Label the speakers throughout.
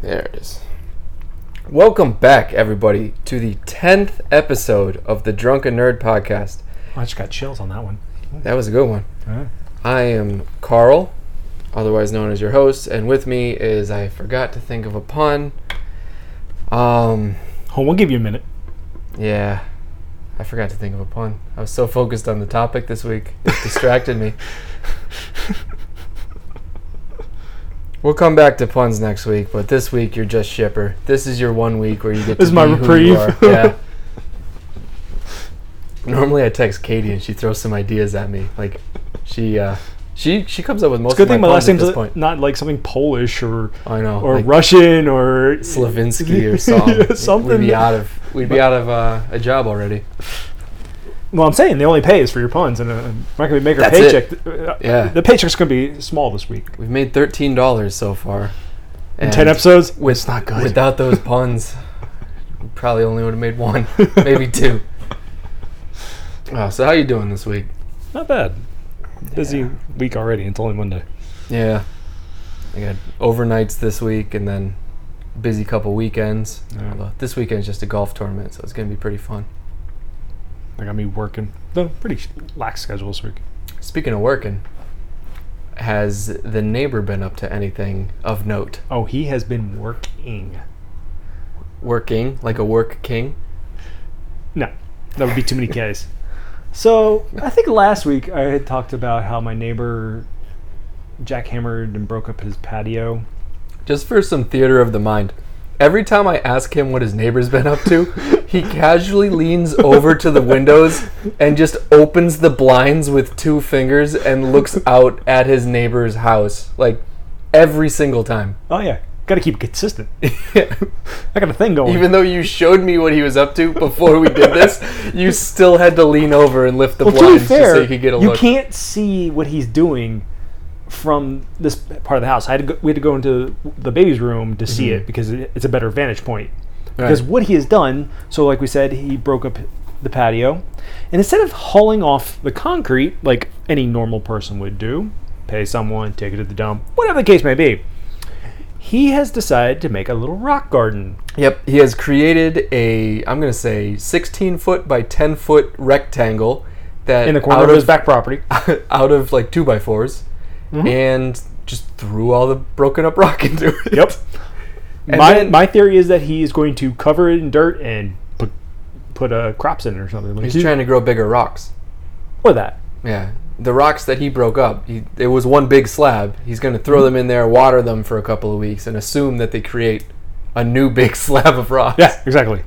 Speaker 1: There it is. Welcome back, everybody, to the 10th episode of the Drunken Nerd Podcast.
Speaker 2: I just got chills on that one.
Speaker 1: That was a good one.
Speaker 2: Alright.
Speaker 1: I am Carl, otherwise known as your host, and with me is I forgot to think of a pun. Um,
Speaker 2: Hold, we'll give you a minute.
Speaker 1: yeah, I forgot to think of a pun. I was so focused on the topic this week, it distracted me. We'll come back to puns next week, but this week you're just shipper. This is your one week where you get
Speaker 2: This
Speaker 1: to
Speaker 2: is my
Speaker 1: be who you are.
Speaker 2: reprieve.
Speaker 1: Yeah. Normally I text Katie and she throws some ideas at me. Like she uh she she comes up with most
Speaker 2: Good
Speaker 1: of my
Speaker 2: thing my
Speaker 1: puns
Speaker 2: last
Speaker 1: at
Speaker 2: name's
Speaker 1: this point.
Speaker 2: not like something Polish or
Speaker 1: I know.
Speaker 2: or
Speaker 1: like
Speaker 2: Russian or
Speaker 1: Slavinsky or something.
Speaker 2: Yeah, something.
Speaker 1: We'd be out of we'd be out of uh, a job already.
Speaker 2: Well, I'm saying they only pay is for your puns, and uh, I'm not going to make our
Speaker 1: That's
Speaker 2: paycheck.
Speaker 1: it.
Speaker 2: Uh,
Speaker 1: Yeah.
Speaker 2: the paycheck's going to be small this week.
Speaker 1: We've made thirteen dollars so far.
Speaker 2: In
Speaker 1: And
Speaker 2: ten episodes,
Speaker 1: with-
Speaker 2: it's not good.
Speaker 1: Without those puns, we probably only would have made one, maybe two. Oh, so how you doing this week?
Speaker 2: not bad. Busy week already. It's only Monday.
Speaker 1: Yeah. I got overnights this week and then busy couple weekends.
Speaker 2: Yeah.
Speaker 1: Although this weekend's just a golf tournament, so it's going to be pretty fun.
Speaker 2: I got me working. No, pretty sh- lax schedule this week.
Speaker 1: Speaking of working, has the neighbor been up to anything of note?
Speaker 2: Oh, he has been working.
Speaker 1: Working like a work king?
Speaker 2: No, that would be too many Ks. So I think last week I had talked about how my neighbor jackhammered and broke up his patio.
Speaker 1: Just for some theater of the mind. Every time I ask him what his neighbor's been up to, he casually leans over to the windows and just opens the blinds with two fingers and looks out at his neighbor's house. Like every single time.
Speaker 2: Oh yeah, got to keep it consistent. I got a thing going.
Speaker 1: Even though you showed me what he was up to before we did this, you still had to lean over and lift the
Speaker 2: well, to be
Speaker 1: blinds just
Speaker 2: fair,
Speaker 1: so
Speaker 2: you,
Speaker 1: you could get a look.
Speaker 2: can't see what he's doing from this part of the house. I had to go, we had to go into the baby's room to see it because it, it's a better vantage point. Because
Speaker 1: Mm-hmm. Right.
Speaker 2: what he has done, so like we said, he broke up the patio, and instead of hauling off the concrete like any normal person would do, pay someone, take it to the dump, whatever the case may be, he has decided to make a little rock garden.
Speaker 1: Yep, he has created a I'm gonna say 16 foot by 10 foot rectangle that
Speaker 2: In the corner
Speaker 1: out
Speaker 2: of his back property.
Speaker 1: out of like two by 4s
Speaker 2: Mm-hmm.
Speaker 1: and just threw all the broken up rock into it.
Speaker 2: Yep.
Speaker 1: And
Speaker 2: my
Speaker 1: then-
Speaker 2: my theory is that he is going to cover it in dirt and put put uh, crops in it or something. Like
Speaker 1: He's
Speaker 2: he-
Speaker 1: trying to grow bigger rocks.
Speaker 2: or that.
Speaker 1: Yeah, the rocks that he broke up, he, it was one big slab. He's gonna
Speaker 2: Mm-hmm.
Speaker 1: throw them in there, water them for a couple of weeks, and assume that they create a new big slab of rocks.
Speaker 2: Yeah, exactly.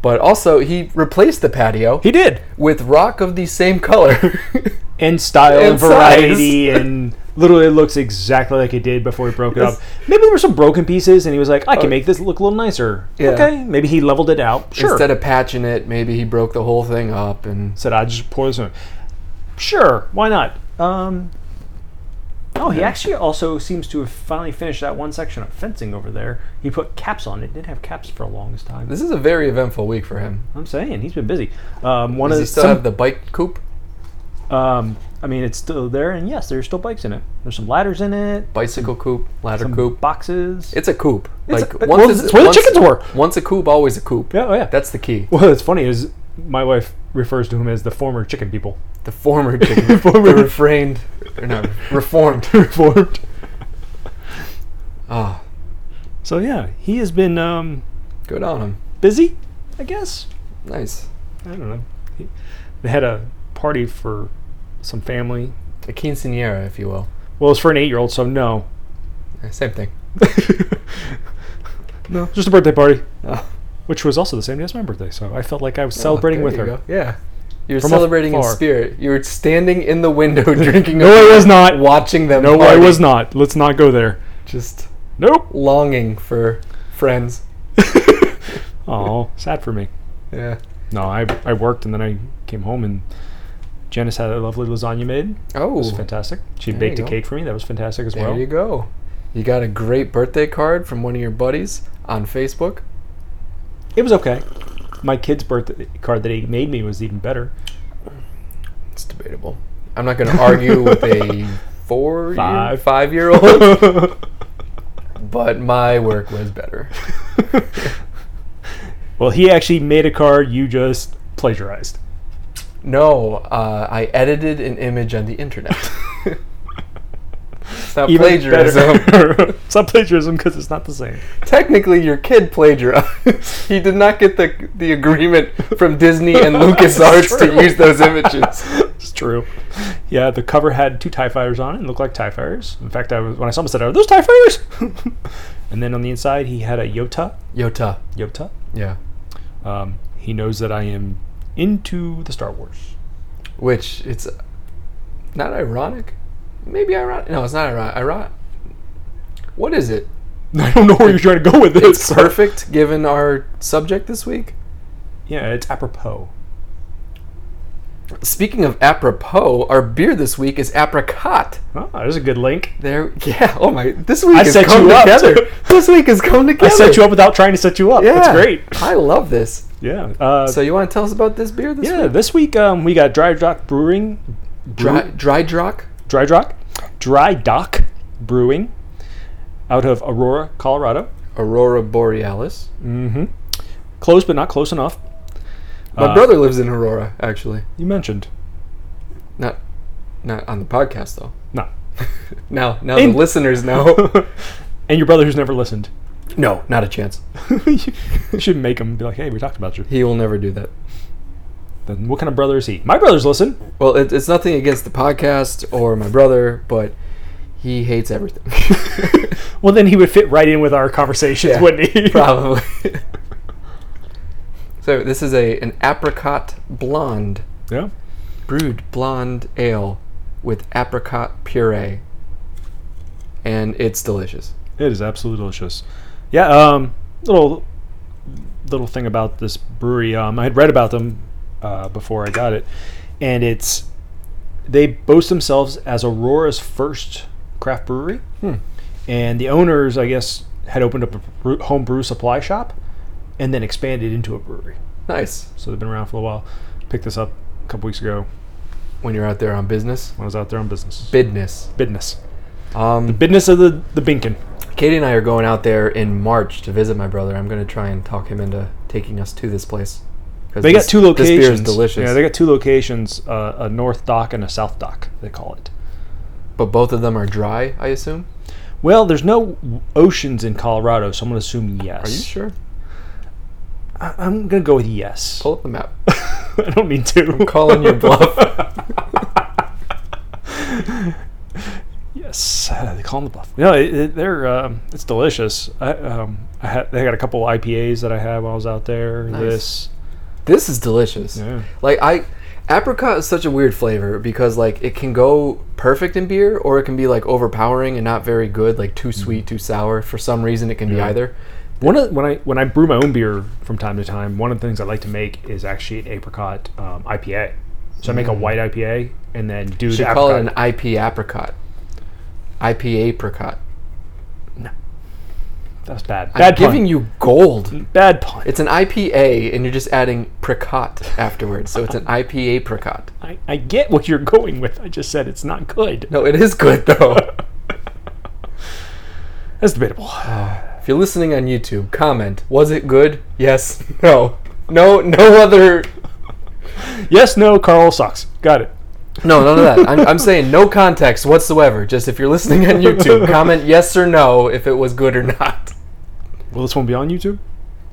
Speaker 1: But also, he replaced the patio
Speaker 2: He did.
Speaker 1: with rock of the same color.
Speaker 2: And style and,
Speaker 1: And size.
Speaker 2: variety and literally it looks exactly like it did before he broke it up. Maybe there were some broken pieces and he was like, I can
Speaker 1: Oh.
Speaker 2: make this look a little nicer.
Speaker 1: Yeah.
Speaker 2: Okay. Maybe he leveled it out. Sure.
Speaker 1: Instead of patching it, maybe he broke the whole thing up and
Speaker 2: Said I just pour this in. Sure, why not? Um Oh, he actually also seems to have finally finished that one section of fencing over there. He put caps on it. Didn't have caps for a longest time.
Speaker 1: this is a very eventful week for him.
Speaker 2: I'm saying he's been busy. Um, one
Speaker 1: Does
Speaker 2: of
Speaker 1: he
Speaker 2: the,
Speaker 1: still
Speaker 2: some-
Speaker 1: have the bike coop?
Speaker 2: um, I mean, it's still there, and yes, there's still bikes in it. There's some ladders in it,
Speaker 1: Bicycle coop, ladder
Speaker 2: some
Speaker 1: coop.
Speaker 2: boxes.
Speaker 1: It's a coop.
Speaker 2: It's
Speaker 1: like
Speaker 2: a- well, it's where the chickens were.
Speaker 1: Once a coop, always a coop.
Speaker 2: yeah, oh yeah.
Speaker 1: That's the key.
Speaker 2: well, it's funny is my wife refers to him as the former chicken people.
Speaker 1: The former chicken,
Speaker 2: Former-
Speaker 1: the refrained, or not reformed.
Speaker 2: Reformed.
Speaker 1: Ah,
Speaker 2: So yeah, he has been um,
Speaker 1: good on him.
Speaker 2: busy, I guess.
Speaker 1: Nice.
Speaker 2: I don't know. He, they had a party for some family.
Speaker 1: A quinceanera, if you will.
Speaker 2: Well, it's for an eight-year-old, so no.
Speaker 1: Eh, Same thing.
Speaker 2: no, just a birthday party,
Speaker 1: Oh,
Speaker 2: which was also the same day as my birthday. So I felt like I was
Speaker 1: oh,
Speaker 2: celebrating
Speaker 1: there
Speaker 2: with
Speaker 1: you
Speaker 2: her.
Speaker 1: go. Yeah. You're
Speaker 2: From
Speaker 1: celebrating in
Speaker 2: afar.
Speaker 1: spirit. You're standing in the window drinking.
Speaker 2: No,
Speaker 1: a
Speaker 2: I was not.
Speaker 1: Watching them.
Speaker 2: No, I
Speaker 1: party.
Speaker 2: was not. Let's not go there.
Speaker 1: Just
Speaker 2: Nope.
Speaker 1: longing for friends.
Speaker 2: Oh, sad for me.
Speaker 1: Yeah.
Speaker 2: No, I, I worked and then I came home and Janice had a lovely lasagna made.
Speaker 1: Oh,
Speaker 2: It was fantastic. She
Speaker 1: There
Speaker 2: baked
Speaker 1: you
Speaker 2: a
Speaker 1: go.
Speaker 2: cake for me. That was fantastic as
Speaker 1: there
Speaker 2: well.
Speaker 1: you go. You got a great birthday card from one of your buddies on Facebook.
Speaker 2: It was okay. My kid's birthday card that he made me was even better.
Speaker 1: It's debatable. I'm not going to argue with a four,
Speaker 2: Five.
Speaker 1: five year old. but my work was better.
Speaker 2: Well, he actually made a card you just plagiarized.
Speaker 1: No, uh, I edited an image on the internet. it's not
Speaker 2: better.
Speaker 1: plagiarism.
Speaker 2: it's not plagiarism because it's not the same.
Speaker 1: Technically, your kid plagiarized. he did not get the the agreement from Disney and LucasArts to
Speaker 2: True.
Speaker 1: use those images.
Speaker 2: It's true. Yeah, the cover had two TIE fighters on it and looked like TIE fighters. In fact, I was, when I saw them, I said, Are those TIE fighters? and then on the inside, he had a Yota.
Speaker 1: Yota.
Speaker 2: Yota.
Speaker 1: Yeah.
Speaker 2: Um, he knows that I am into the Star Wars.
Speaker 1: Which it's not ironic. Maybe ironic. No, it's not ironic. Ironic. What is it?
Speaker 2: I don't know where you're trying to go with this.
Speaker 1: It's perfect given our subject this week.
Speaker 2: Yeah, it's apropos.
Speaker 1: Speaking of apropos, our beer this week is apricot.
Speaker 2: Oh, there's a good link.
Speaker 1: There, yeah. Oh my! This week
Speaker 2: I
Speaker 1: has
Speaker 2: set
Speaker 1: come
Speaker 2: you up.
Speaker 1: together. this week has come
Speaker 2: I
Speaker 1: together.
Speaker 2: set you up without trying to set you up.
Speaker 1: Yeah,
Speaker 2: That's great.
Speaker 1: I love this.
Speaker 2: Yeah. Uh,
Speaker 1: So you want to tell us about this beer this
Speaker 2: yeah,
Speaker 1: week?
Speaker 2: this week um, we got Dry Dock Brewing.
Speaker 1: Dry,
Speaker 2: Brew-
Speaker 1: dry Drock.
Speaker 2: Dry Dock? Dry Dock Brewing out of Aurora, Colorado.
Speaker 1: Aurora Borealis.
Speaker 2: Mm-hmm. Close, but not close enough.
Speaker 1: My
Speaker 2: Uh,
Speaker 1: brother lives in Aurora, actually.
Speaker 2: You mentioned.
Speaker 1: Not, not on the podcast though.
Speaker 2: No.
Speaker 1: Now, now
Speaker 2: In-
Speaker 1: the listeners know.
Speaker 2: and your brother who's never listened.
Speaker 1: no, not a chance.
Speaker 2: you should make him be like, hey, we talked about you.
Speaker 1: He will never do that.
Speaker 2: Then what kind of brother is he? My brothers listen.
Speaker 1: Well, it, it's nothing against the podcast or my brother, but he hates everything.
Speaker 2: Well, then he would fit right in with our conversations,
Speaker 1: Yeah,
Speaker 2: wouldn't he?
Speaker 1: Probably. so this is a an apricot blonde
Speaker 2: Yeah.
Speaker 1: brewed blonde ale with apricot puree, and it's delicious.
Speaker 2: It is absolutely delicious. Yeah, um, little little thing about this brewery. Um, I had read about them uh, before I got it, and it's they boast themselves as Aurora's first craft brewery,
Speaker 1: Hmm.
Speaker 2: and the owners, I guess, had opened up a brew, home brew supply shop, and then expanded into a brewery.
Speaker 1: Nice
Speaker 2: So they've been around for a while. Picked this up a couple weeks ago
Speaker 1: when you're out there on business.
Speaker 2: when I was out there on business.
Speaker 1: Business.
Speaker 2: Business.
Speaker 1: Um,
Speaker 2: Business of the the Binkin.
Speaker 1: Katie and I are going out there in March to visit my brother. I'm going to try and talk him into taking us to this place. 'Cause
Speaker 2: They
Speaker 1: this-
Speaker 2: got two locations.
Speaker 1: This beer is delicious.
Speaker 2: Yeah, they got two locations: uh, a north dock and a south dock. They call it.
Speaker 1: but both of them are dry, I assume.
Speaker 2: Well, there's no oceans in Colorado, so I'm gonna assume yes.
Speaker 1: Are you sure?
Speaker 2: I- I'm gonna go with yes.
Speaker 1: Pull up the map.
Speaker 2: I don't mean to. I'm
Speaker 1: Calling your bluff.
Speaker 2: Yes, uh, they call them the bluff. No, it, it- they're um, it's delicious. I um, I had they got a couple IPAs that I had while I was out there. This
Speaker 1: This is delicious.
Speaker 2: Yeah.
Speaker 1: Like I apricot is such a weird flavor because like it can go perfect in beer or it can be like overpowering and not very good, like
Speaker 2: Mm-hmm.
Speaker 1: too sweet, too sour. For some reason it can be either.
Speaker 2: one of when I when I brew my own beer from time to time, one of the things I like to make is actually an apricot um, IPA. So I make a white IPA and then do
Speaker 1: Mm. Should
Speaker 2: the
Speaker 1: call it
Speaker 2: apricot-
Speaker 1: an IP apricot. IP apricot.
Speaker 2: That's bad.
Speaker 1: I'm
Speaker 2: Bad pun.
Speaker 1: giving you gold.
Speaker 2: bad pun.
Speaker 1: It's an IPA and you're just adding pricot afterwards. So it's an IPA pricot.
Speaker 2: I, I get what you're going with. I just said it's not good.
Speaker 1: No, it is good though.
Speaker 2: That's debatable.
Speaker 1: if you're listening on YouTube, comment. Was it good? Yes. No. No no other
Speaker 2: Yes, no, Carl sucks. Got it.
Speaker 1: No, none of that. I'm, I'm saying no context whatsoever. Just if you're listening on YouTube, comment yes or no if it was good or not.
Speaker 2: Will this one be on YouTube?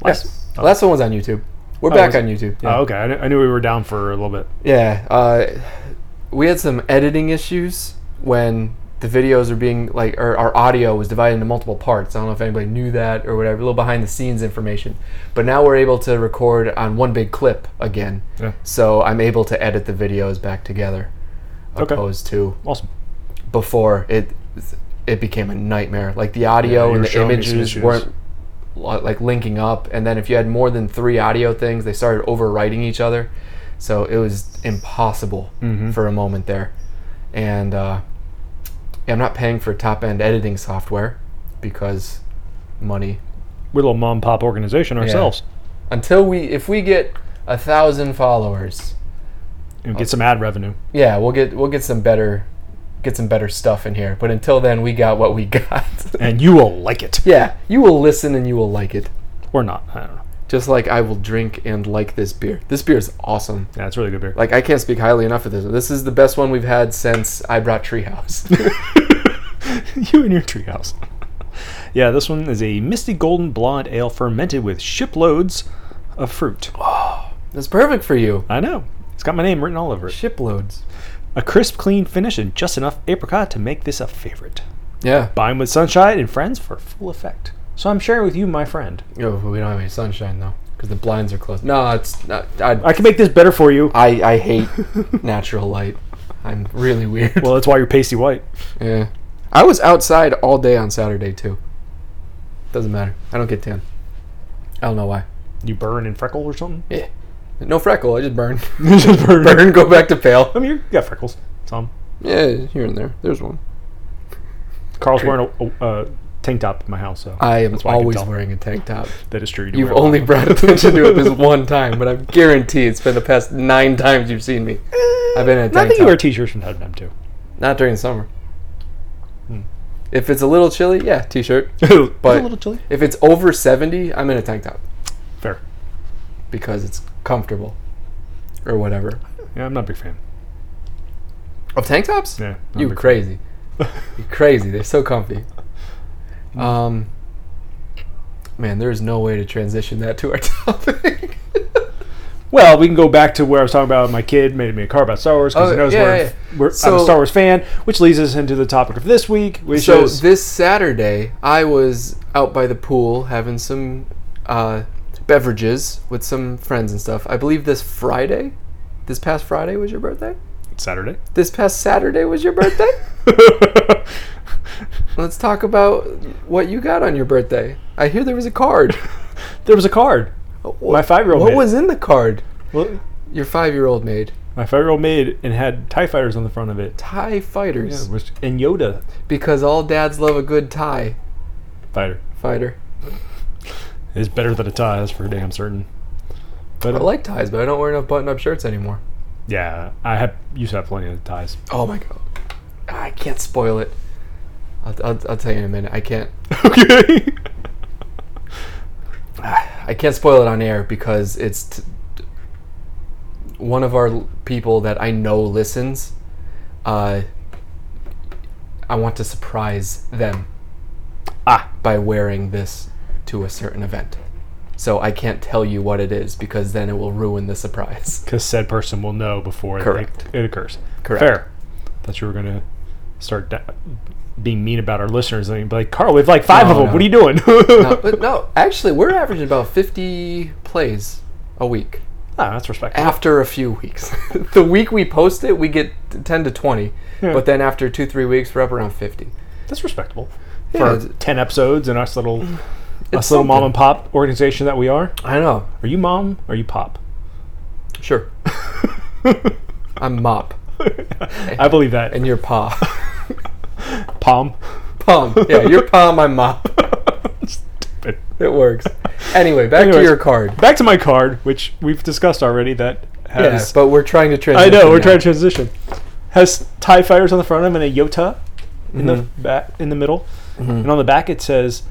Speaker 1: Yes. Last one was on YouTube. We're back
Speaker 2: was-
Speaker 1: on YouTube. Yeah.
Speaker 2: Oh, okay. I knew, I knew we were down for a little bit.
Speaker 1: Yeah, uh, we had some editing issues when the videos were being like, or our audio was divided into multiple parts. I don't know if anybody knew that or whatever. A little behind the scenes information, but now we're able to record on one big clip again.
Speaker 2: Yeah.
Speaker 1: So I'm able to edit the videos back together,
Speaker 2: Okay.
Speaker 1: opposed to
Speaker 2: Awesome.
Speaker 1: before it it became a nightmare. Like the audio
Speaker 2: you were
Speaker 1: and the
Speaker 2: showing me some
Speaker 1: images
Speaker 2: issues.
Speaker 1: weren't li- like linking up, and then if you had more than three audio things, they started overwriting each other. So it was impossible
Speaker 2: Mm-hmm.
Speaker 1: for a moment there. And uh, yeah, I'm not paying for top end editing software because money.
Speaker 2: We're a little mom pop organization ourselves.
Speaker 1: Until we, if we get a thousand followers,
Speaker 2: And get some ad revenue.
Speaker 1: yeah, we'll get we'll get some better get some better stuff in here. But until then, we got what we got.
Speaker 2: and you will like it
Speaker 1: yeah, you will listen and you will like it.
Speaker 2: or not. I don't know.
Speaker 1: Just like I will drink and like this beer. This beer is awesome.
Speaker 2: Yeah, it's really good beer.
Speaker 1: Like I can't speak highly enough of this. This is the best one we've had since I brought Treehouse.
Speaker 2: you and your treehouse. yeah, this one is a misty golden blonde ale fermented with shiploads of fruit.
Speaker 1: That's perfect for you.
Speaker 2: I know. It's got my name written all over it.
Speaker 1: Shiploads.
Speaker 2: A crisp, clean finish and just enough apricot to make this a favorite.
Speaker 1: Yeah.
Speaker 2: Bind with sunshine and friends for full effect. So I'm sharing with you, my friend.
Speaker 1: Oh, but we don't have any sunshine though, because the blinds are closed. No, it's not. I
Speaker 2: I can make this better for you.
Speaker 1: I, I hate natural light. I'm really weird.
Speaker 2: Well, that's why you're pasty white.
Speaker 1: yeah. I was outside all day on Saturday too. Doesn't matter. I don't get tan. I don't know why.
Speaker 2: You burn and freckle or something?
Speaker 1: Yeah. No freckle. I just burn.
Speaker 2: You just burn.
Speaker 1: burn. Go back to pale.
Speaker 2: I mean, you got freckles. Some.
Speaker 1: Yeah, here and there. There's one.
Speaker 2: Carl's wearing a, a, a tank top in my house, so
Speaker 1: I am
Speaker 2: why I can
Speaker 1: always
Speaker 2: tell.
Speaker 1: wearing a tank top.
Speaker 2: that is true. You do
Speaker 1: You've
Speaker 2: wear a lot.
Speaker 1: only brought attention to it this one time, but I guarantee it's been the past nine times you've seen me. I've been in a
Speaker 2: I
Speaker 1: tank
Speaker 2: think Eh, you
Speaker 1: top.
Speaker 2: wear t-shirts from time to time
Speaker 1: Not during the summer.
Speaker 2: Hmm.
Speaker 1: If it's a little chilly, yeah, t-shirt.
Speaker 2: too.
Speaker 1: But-
Speaker 2: a little chilly.
Speaker 1: If it's over 70, I'm in a tank top
Speaker 2: Fair.
Speaker 1: because it's comfortable or whatever.
Speaker 2: Yeah, I'm not a big fan.
Speaker 1: Of tank tops?
Speaker 2: Yeah, not a
Speaker 1: you
Speaker 2: big
Speaker 1: crazy. you crazy. They're so comfy.
Speaker 2: Mm.
Speaker 1: Um man, there's no way to transition that to our topic.
Speaker 2: Fan. Well, we can go back to where I was talking about my kid made me a car about Star Wars because
Speaker 1: Oh,
Speaker 2: he knows
Speaker 1: yeah,
Speaker 2: we're,
Speaker 1: yeah,
Speaker 2: we're I'm a
Speaker 1: So-
Speaker 2: Star Wars fan, which leads us into the topic of this week, which
Speaker 1: so
Speaker 2: is
Speaker 1: this Saturday, I was out by the pool having some uh, beverages with some friends and stuff. I believe this Friday, this past Friday was your birthday.
Speaker 2: Saturday.
Speaker 1: This past Saturday was your birthday. Let's talk about what you got on your birthday. I hear there was a card.
Speaker 2: there was a card. My five-year-old.
Speaker 1: What
Speaker 2: made-
Speaker 1: was in the card?
Speaker 2: Well,
Speaker 1: Your five-year-old made
Speaker 2: my five-year-old made and had Tie Fighters on the front of it.
Speaker 1: Tie
Speaker 2: Yeah,
Speaker 1: fighters
Speaker 2: which, and Yoda
Speaker 1: because all dads love a good tie
Speaker 2: fighter
Speaker 1: fighter.
Speaker 2: is better than a tie. That's for damn certain. But
Speaker 1: I
Speaker 2: uh,
Speaker 1: like ties, but I don't wear enough button-up shirts anymore.
Speaker 2: yeah, I have used to have plenty of ties.
Speaker 1: Oh my god. I can't spoil it. I'll, I'll, I'll tell you in a minute. I can't.
Speaker 2: okay.
Speaker 1: I can't spoil it on air because it's t- t- one of our l- people that I know listens. Uh, I want to surprise them
Speaker 2: Ah.
Speaker 1: by wearing this to a certain event. So I can't tell you what it is because then it will ruin the surprise.
Speaker 2: because said person will know before it-
Speaker 1: Correct.
Speaker 2: It, occurs.
Speaker 1: Correct.
Speaker 2: Fair. Thought you were going to start da- being mean about our listeners and be like, Carl, we have like five of
Speaker 1: No,
Speaker 2: them.
Speaker 1: no.
Speaker 2: What are you doing?
Speaker 1: No, but no, actually, we're averaging about 50 plays a week.
Speaker 2: Ah, that's respectful.
Speaker 1: after a few weeks. the week we post it, we get t- 10 to 20.
Speaker 2: Yeah.
Speaker 1: But then after two, three weeks, we're up around 50.
Speaker 2: That's respectable.
Speaker 1: Yeah,
Speaker 2: For
Speaker 1: it's- Mm.
Speaker 2: 10 episodes and us little, us
Speaker 1: It's
Speaker 2: little mom
Speaker 1: something.
Speaker 2: and pop organization that we are.
Speaker 1: I know.
Speaker 2: Are you mom? Are you pop?
Speaker 1: Sure. I'm Mop,
Speaker 2: I believe that.
Speaker 1: and you're Pa.
Speaker 2: Palm.
Speaker 1: Pom. Yeah, you're Pom, I'm Mop.
Speaker 2: Stupid.
Speaker 1: It works. Anyway, back
Speaker 2: Anyways.
Speaker 1: to your card.
Speaker 2: Back to my card, which we've discussed already that
Speaker 1: Yeah,
Speaker 2: has.
Speaker 1: but we're trying to
Speaker 2: I
Speaker 1: transition.
Speaker 2: know, we're
Speaker 1: now.
Speaker 2: trying to transition. Has TIE fighters on the front of them and a Yota in the back in the middle. And
Speaker 1: Mm-hmm.
Speaker 2: on the back it says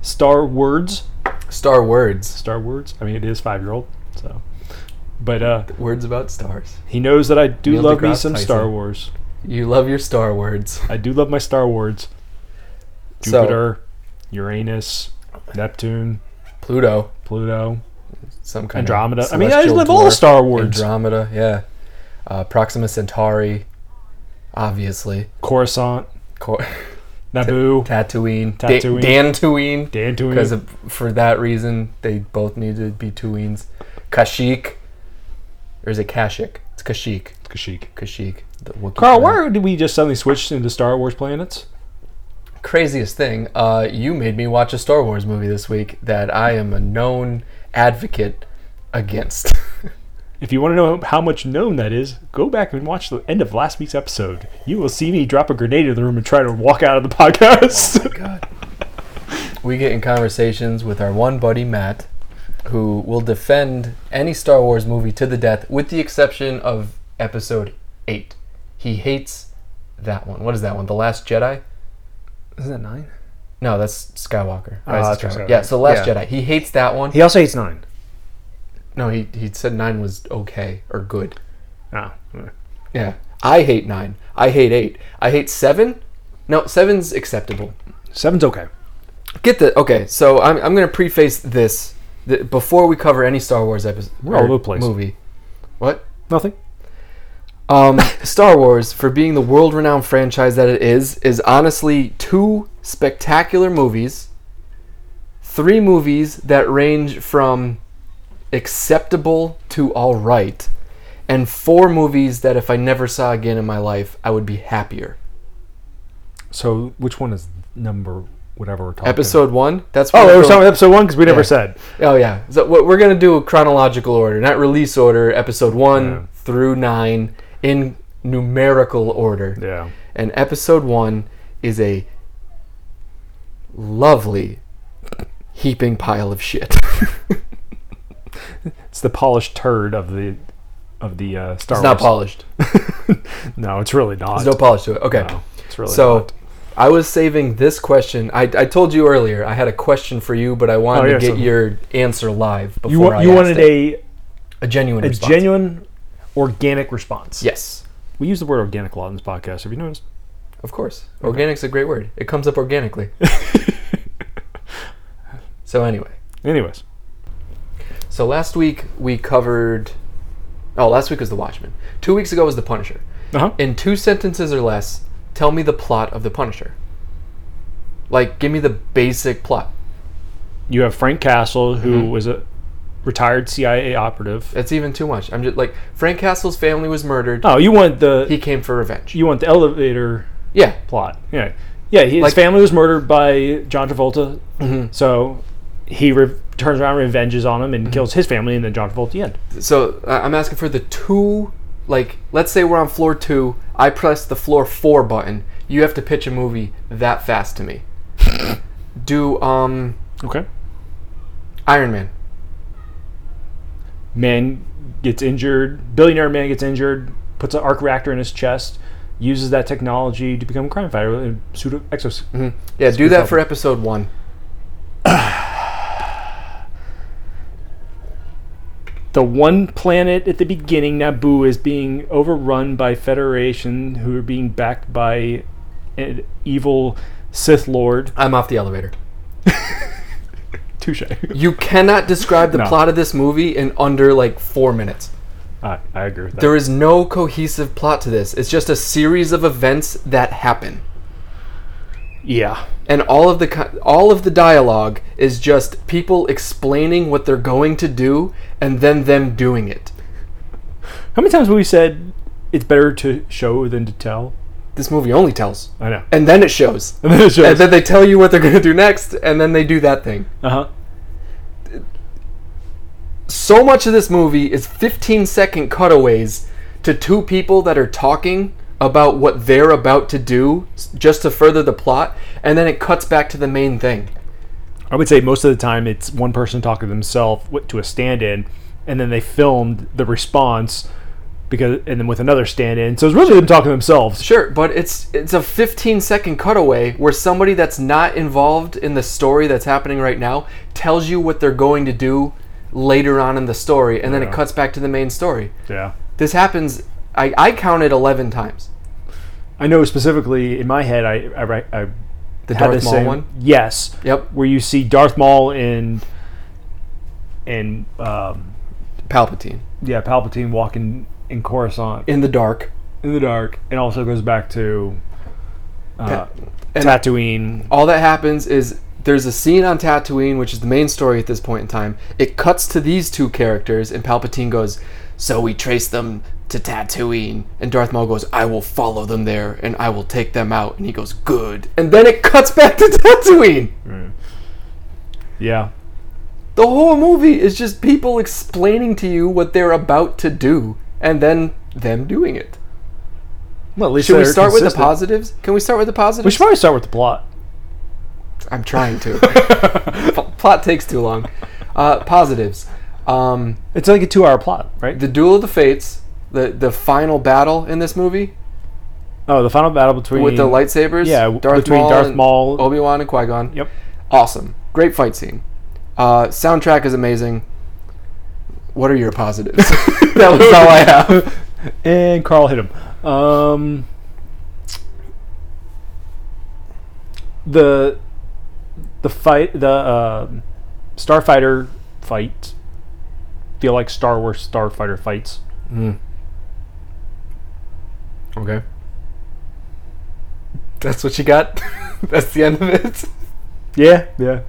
Speaker 2: Star Words.
Speaker 1: Star words.
Speaker 2: Star Words. I mean it is five year old, so but uh,
Speaker 1: Words about stars.
Speaker 2: he knows that I do
Speaker 1: Neil
Speaker 2: love me
Speaker 1: deGrasse
Speaker 2: some
Speaker 1: Tyson.
Speaker 2: Star Wars.
Speaker 1: You love your Star words.
Speaker 2: I do love my Star Wars.
Speaker 1: So-
Speaker 2: Jupiter, Uranus, Neptune,
Speaker 1: Pluto.
Speaker 2: Pluto,
Speaker 1: Some kind
Speaker 2: Andromeda.
Speaker 1: of.
Speaker 2: I mean, I
Speaker 1: celestial
Speaker 2: love all
Speaker 1: dwarf.
Speaker 2: Star Wars.
Speaker 1: Andromeda, yeah. Uh, Proxima Centauri, obviously.
Speaker 2: Coruscant,
Speaker 1: Cor-
Speaker 2: Naboo,
Speaker 1: Tatooine,
Speaker 2: Tatooine.
Speaker 1: Tatooine. Dantooine, because
Speaker 2: Dantooine,
Speaker 1: for that reason they both need to be Tooines. Kashyyyk, or is it Kashik? It's Kashyyyk.
Speaker 2: Kashyyyk.
Speaker 1: Kashyyyk. The Wookiee
Speaker 2: Carl,
Speaker 1: planet.
Speaker 2: why did we just suddenly switch into Star Wars planets?
Speaker 1: Craziest thing, uh, you made me watch a Star Wars movie this week that I am a known advocate against.
Speaker 2: If you want to know how much known that is, go back and watch the end of last week's episode. You will see me drop a grenade in the room and try to walk out of the podcast.
Speaker 1: God. We get in conversations with our one buddy Matt, who will defend any Star Wars movie to the death, with the exception of Episode Eight. He hates that one. What is that one? The Last Jedi?
Speaker 2: Isn't Oh, that nine?
Speaker 1: No, that's Skywalker.
Speaker 2: Oh,
Speaker 1: Rise of
Speaker 2: that's
Speaker 1: Skywalker.
Speaker 2: Skywalker.
Speaker 1: Yeah, so Last
Speaker 2: Yeah.
Speaker 1: Jedi. He hates that one.
Speaker 2: He also hates nine.
Speaker 1: no, he he said nine was okay or good.
Speaker 2: Oh. yeah.
Speaker 1: Yeah, I hate nine. I hate eight. I hate seven. No, seven's acceptable.
Speaker 2: Seven's okay.
Speaker 1: Get the okay. So I'm I'm gonna preface this th- before we cover any Star Wars episode.
Speaker 2: We're all over the place.
Speaker 1: Movie. What?
Speaker 2: Nothing.
Speaker 1: Um, Star Wars, for being the world renowned franchise that it is, is honestly two spectacular movies, three movies that range from acceptable to alright, and four movies that if I never saw again in my life, I would be happier.
Speaker 2: So which one is number whatever we're talking?
Speaker 1: Episode one? That's
Speaker 2: Oh,
Speaker 1: what
Speaker 2: we were
Speaker 1: we're-
Speaker 2: talking about episode one because we never
Speaker 1: Yeah.
Speaker 2: said.
Speaker 1: Oh, yeah. So what we're going to do chronological order, not release order, episode one
Speaker 2: Yeah.
Speaker 1: through nine in numerical order.
Speaker 2: Yeah.
Speaker 1: and episode one is a lovely heaping pile of shit.
Speaker 2: It's the polished turd of the of the uh, Star
Speaker 1: it's
Speaker 2: Wars.
Speaker 1: not polished.
Speaker 2: No, it's really not.
Speaker 1: There's no polish to it. Okay.
Speaker 2: No, it's really
Speaker 1: so
Speaker 2: not.
Speaker 1: I was saving this question. I, I told you earlier I had a question for you, but I wanted
Speaker 2: Oh, yeah,
Speaker 1: to get
Speaker 2: so-
Speaker 1: your answer live before
Speaker 2: You
Speaker 1: I
Speaker 2: want you
Speaker 1: asked
Speaker 2: wanted
Speaker 1: it.
Speaker 2: a
Speaker 1: a genuine
Speaker 2: a
Speaker 1: response.
Speaker 2: genuine organic response.
Speaker 1: yes,
Speaker 2: We use the word organic a lot in this podcast. Have you noticed?
Speaker 1: of course. Organic's a great word. It comes up organically. so anyway,
Speaker 2: Anyways.
Speaker 1: So last week we covered. Oh, last week was The Watchmen. Two weeks ago was The Punisher.
Speaker 2: Uh-huh.
Speaker 1: In two sentences or less, tell me the plot of The Punisher. Like, give me the basic plot.
Speaker 2: You have Frank Castle, who was a retired CIA operative.
Speaker 1: That's even too much. I'm just like Frank Castle's family was murdered.
Speaker 2: Oh, you want the
Speaker 1: He came for revenge.
Speaker 2: you want the elevator
Speaker 1: yeah,
Speaker 2: plot? Yeah, yeah. His
Speaker 1: Like-
Speaker 2: family was murdered by John Travolta, so he re- turns around, and revenges on him, and kills his family, and then John Travolta. The end.
Speaker 1: so uh, I'm asking for the two. Like, let's say we're on floor two. I press the floor four button. You have to pitch a movie that fast to me. Do um
Speaker 2: Okay.
Speaker 1: Iron Man.
Speaker 2: Man gets injured. Billionaire man gets injured. Puts an arc reactor in his chest. Uses that technology to become a crime fighter with a suit of exos.
Speaker 1: Yeah, do that
Speaker 2: yourself.
Speaker 1: for episode one.
Speaker 2: the one planet at the beginning, Naboo, is being overrun by Federation, who are being backed by an evil Sith Lord.
Speaker 1: I'm off the elevator.
Speaker 2: Touche.
Speaker 1: You cannot describe the
Speaker 2: No.
Speaker 1: plot of this movie in under like four minutes.
Speaker 2: I, I agree with that.
Speaker 1: There is no cohesive plot to this. It's just a series of events that happen,
Speaker 2: yeah.
Speaker 1: and all of the co- all of the dialogue is just people explaining what they're going to do and then them doing it.
Speaker 2: How many times have we said it's better to show than to tell?
Speaker 1: This movie only tells,
Speaker 2: I know.
Speaker 1: and then it shows,
Speaker 2: And then it
Speaker 1: and
Speaker 2: shows.
Speaker 1: then they tell you what they're going to do next, and then they do that thing.
Speaker 2: Uh huh.
Speaker 1: so much of this movie is 15 second cutaways to two people that are talking about what they're about to do s- just to further the plot and then it cuts back to the main thing
Speaker 2: I would say most of the time it's one person talking to themselves wi- to a stand-in, and then they filmed the response because and then with another stand-in. So it's really them talking to themselves.
Speaker 1: sure but it's it's a 15 second cutaway where somebody that's not involved in the story that's happening right now tells you what they're going to do later on in the story and then it
Speaker 2: Yeah.
Speaker 1: cuts back to the main story
Speaker 2: Yeah.
Speaker 1: this happens i, I counted 11 times
Speaker 2: I know specifically in my head, I I, ri- I
Speaker 1: the
Speaker 2: had
Speaker 1: Darth
Speaker 2: this
Speaker 1: Maul
Speaker 2: same-
Speaker 1: one
Speaker 2: Yes,
Speaker 1: yep
Speaker 2: where you see Darth Maul and and um,
Speaker 1: palpatine
Speaker 2: yeah, Palpatine walking in Coruscant
Speaker 1: in the dark
Speaker 2: in the dark, and also goes back to uh,
Speaker 1: and-
Speaker 2: Tatooine.
Speaker 1: all that happens is there's a scene on Tatooine, which is the main story at this point in time. It cuts to these two characters, and Palpatine goes, "So we trace them to Tatooine," and Darth Maul goes, "I will follow them there, and I will take them out." And he goes, "Good." And then it cuts back to Tatooine.
Speaker 2: Yeah,
Speaker 1: The whole movie is just people explaining to you what they're about to do, and then them doing it.
Speaker 2: well, at least
Speaker 1: Should we start with the positives? Can we start with the positives?
Speaker 2: We should probably start with the plot.
Speaker 1: I'm trying to. P- plot takes too long. Uh, positives. Um,
Speaker 2: It's like a two-hour plot, right?
Speaker 1: the Duel of the Fates, the the final battle in this movie,
Speaker 2: Oh, the final battle between
Speaker 1: with the lightsabers.
Speaker 2: yeah, w- between Darth
Speaker 1: and
Speaker 2: Maul-
Speaker 1: Obi Wan, and Qui Gon.
Speaker 2: Yep.
Speaker 1: Awesome. Great fight scene. Uh, soundtrack is amazing. What are your positives? that was all I have.
Speaker 2: And Carl hit him. Um, the the fight the um starfighter fight feel like Star Wars starfighter fights.
Speaker 1: Hmm. Okay. That's what you got. That's the end of it.
Speaker 2: Yeah, yeah.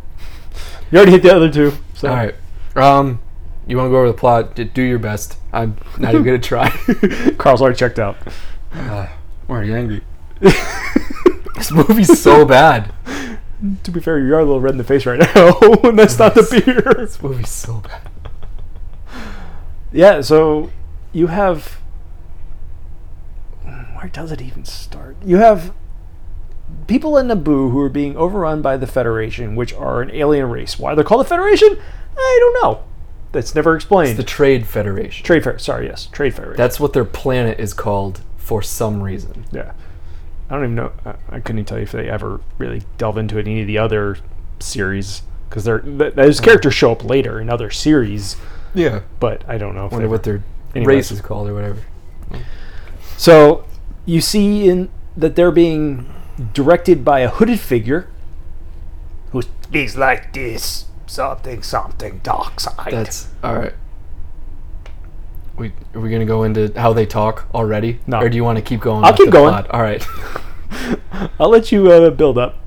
Speaker 2: You already hit the other two. So.
Speaker 1: All right. Um, you want to go over the plot? d- Do your best. I'm not even gonna try.
Speaker 2: Carl's already checked out.
Speaker 1: Why are you angry? this movie's so bad.
Speaker 2: To be fair, you are a little red in the face right now, and that's not the beer.
Speaker 1: This movie's so bad.
Speaker 2: Yeah, so you have. Where does it even start? You have people in Naboo who are being overrun by the Federation, which are an alien race. Why they're called the Federation? I don't know. That's never explained.
Speaker 1: The Trade Federation.
Speaker 2: Trade Fair. Sorry, yes. Trade Federation.
Speaker 1: That's what their planet is called for some reason.
Speaker 2: yeah. I don't even know. I, I couldn't even tell you if they ever really delve into it in any of the other series. Because they're th- those characters show up later in other series,
Speaker 1: Yeah.
Speaker 2: but I don't know if they
Speaker 1: Wonder what their
Speaker 2: Anyway.
Speaker 1: race is called or whatever.
Speaker 2: So you see in that they're being directed by a hooded figure who speaks like this. Something, something, dark side.
Speaker 1: That's all right. We are we gonna go into how they talk already?
Speaker 2: No.
Speaker 1: Or do you want to keep going?
Speaker 2: I'll
Speaker 1: off
Speaker 2: keep
Speaker 1: the
Speaker 2: going.
Speaker 1: plot? All right.
Speaker 2: I'll let you uh, build up.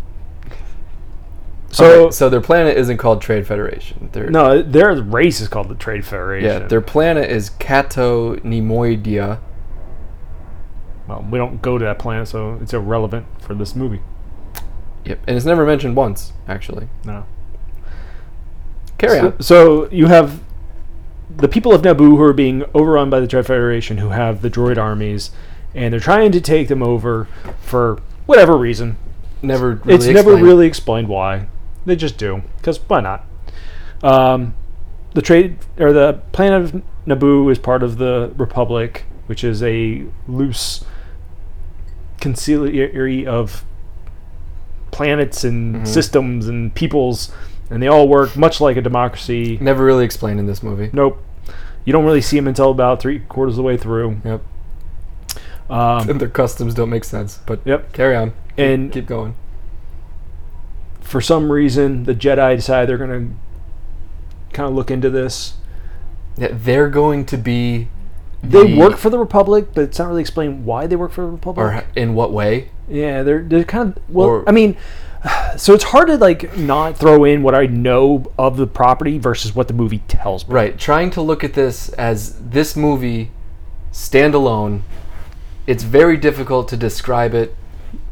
Speaker 2: So,
Speaker 1: So so their planet isn't called Trade Federation. They're,
Speaker 2: no, their race is called the Trade Federation.
Speaker 1: Yeah, their planet is Kato Nemoidia.
Speaker 2: well, we don't go to that planet, so it's irrelevant for this movie.
Speaker 1: Yep, and it's never mentioned once actually.
Speaker 2: No.
Speaker 1: Carry
Speaker 2: So,
Speaker 1: on.
Speaker 2: so you have the people of Naboo who are being overrun by the Dread Federation, who have the droid armies, and they're trying to take them over for whatever reason.
Speaker 1: Never. Really
Speaker 2: it's never
Speaker 1: explained.
Speaker 2: really explained why. They just do because why not? Um, the trade or the planet of Naboo is part of the Republic, which is a loose conciliary of planets and
Speaker 1: Mm-hmm.
Speaker 2: systems and peoples, and they all work much like a democracy.
Speaker 1: Never really explained in this movie.
Speaker 2: Nope. You don't really see them until about three quarters of the way through.
Speaker 1: Yep.
Speaker 2: Um,
Speaker 1: And their customs don't make sense. But
Speaker 2: Yep.
Speaker 1: Carry on.
Speaker 2: and
Speaker 1: Keep going.
Speaker 2: for some reason, the Jedi decide they're going to kind of look into this.
Speaker 1: Yeah, they're going to be.
Speaker 2: They
Speaker 1: the-
Speaker 2: work for the Republic, but it's not really explained why they work for the Republic.
Speaker 1: Or in what way?
Speaker 2: Yeah, they're they're kind of well.
Speaker 1: Or-
Speaker 2: I mean, so it's hard to like not throw in what I know of the property versus what the movie tells me.
Speaker 1: Right. Trying to look at this as this movie standalone. It's very difficult to describe it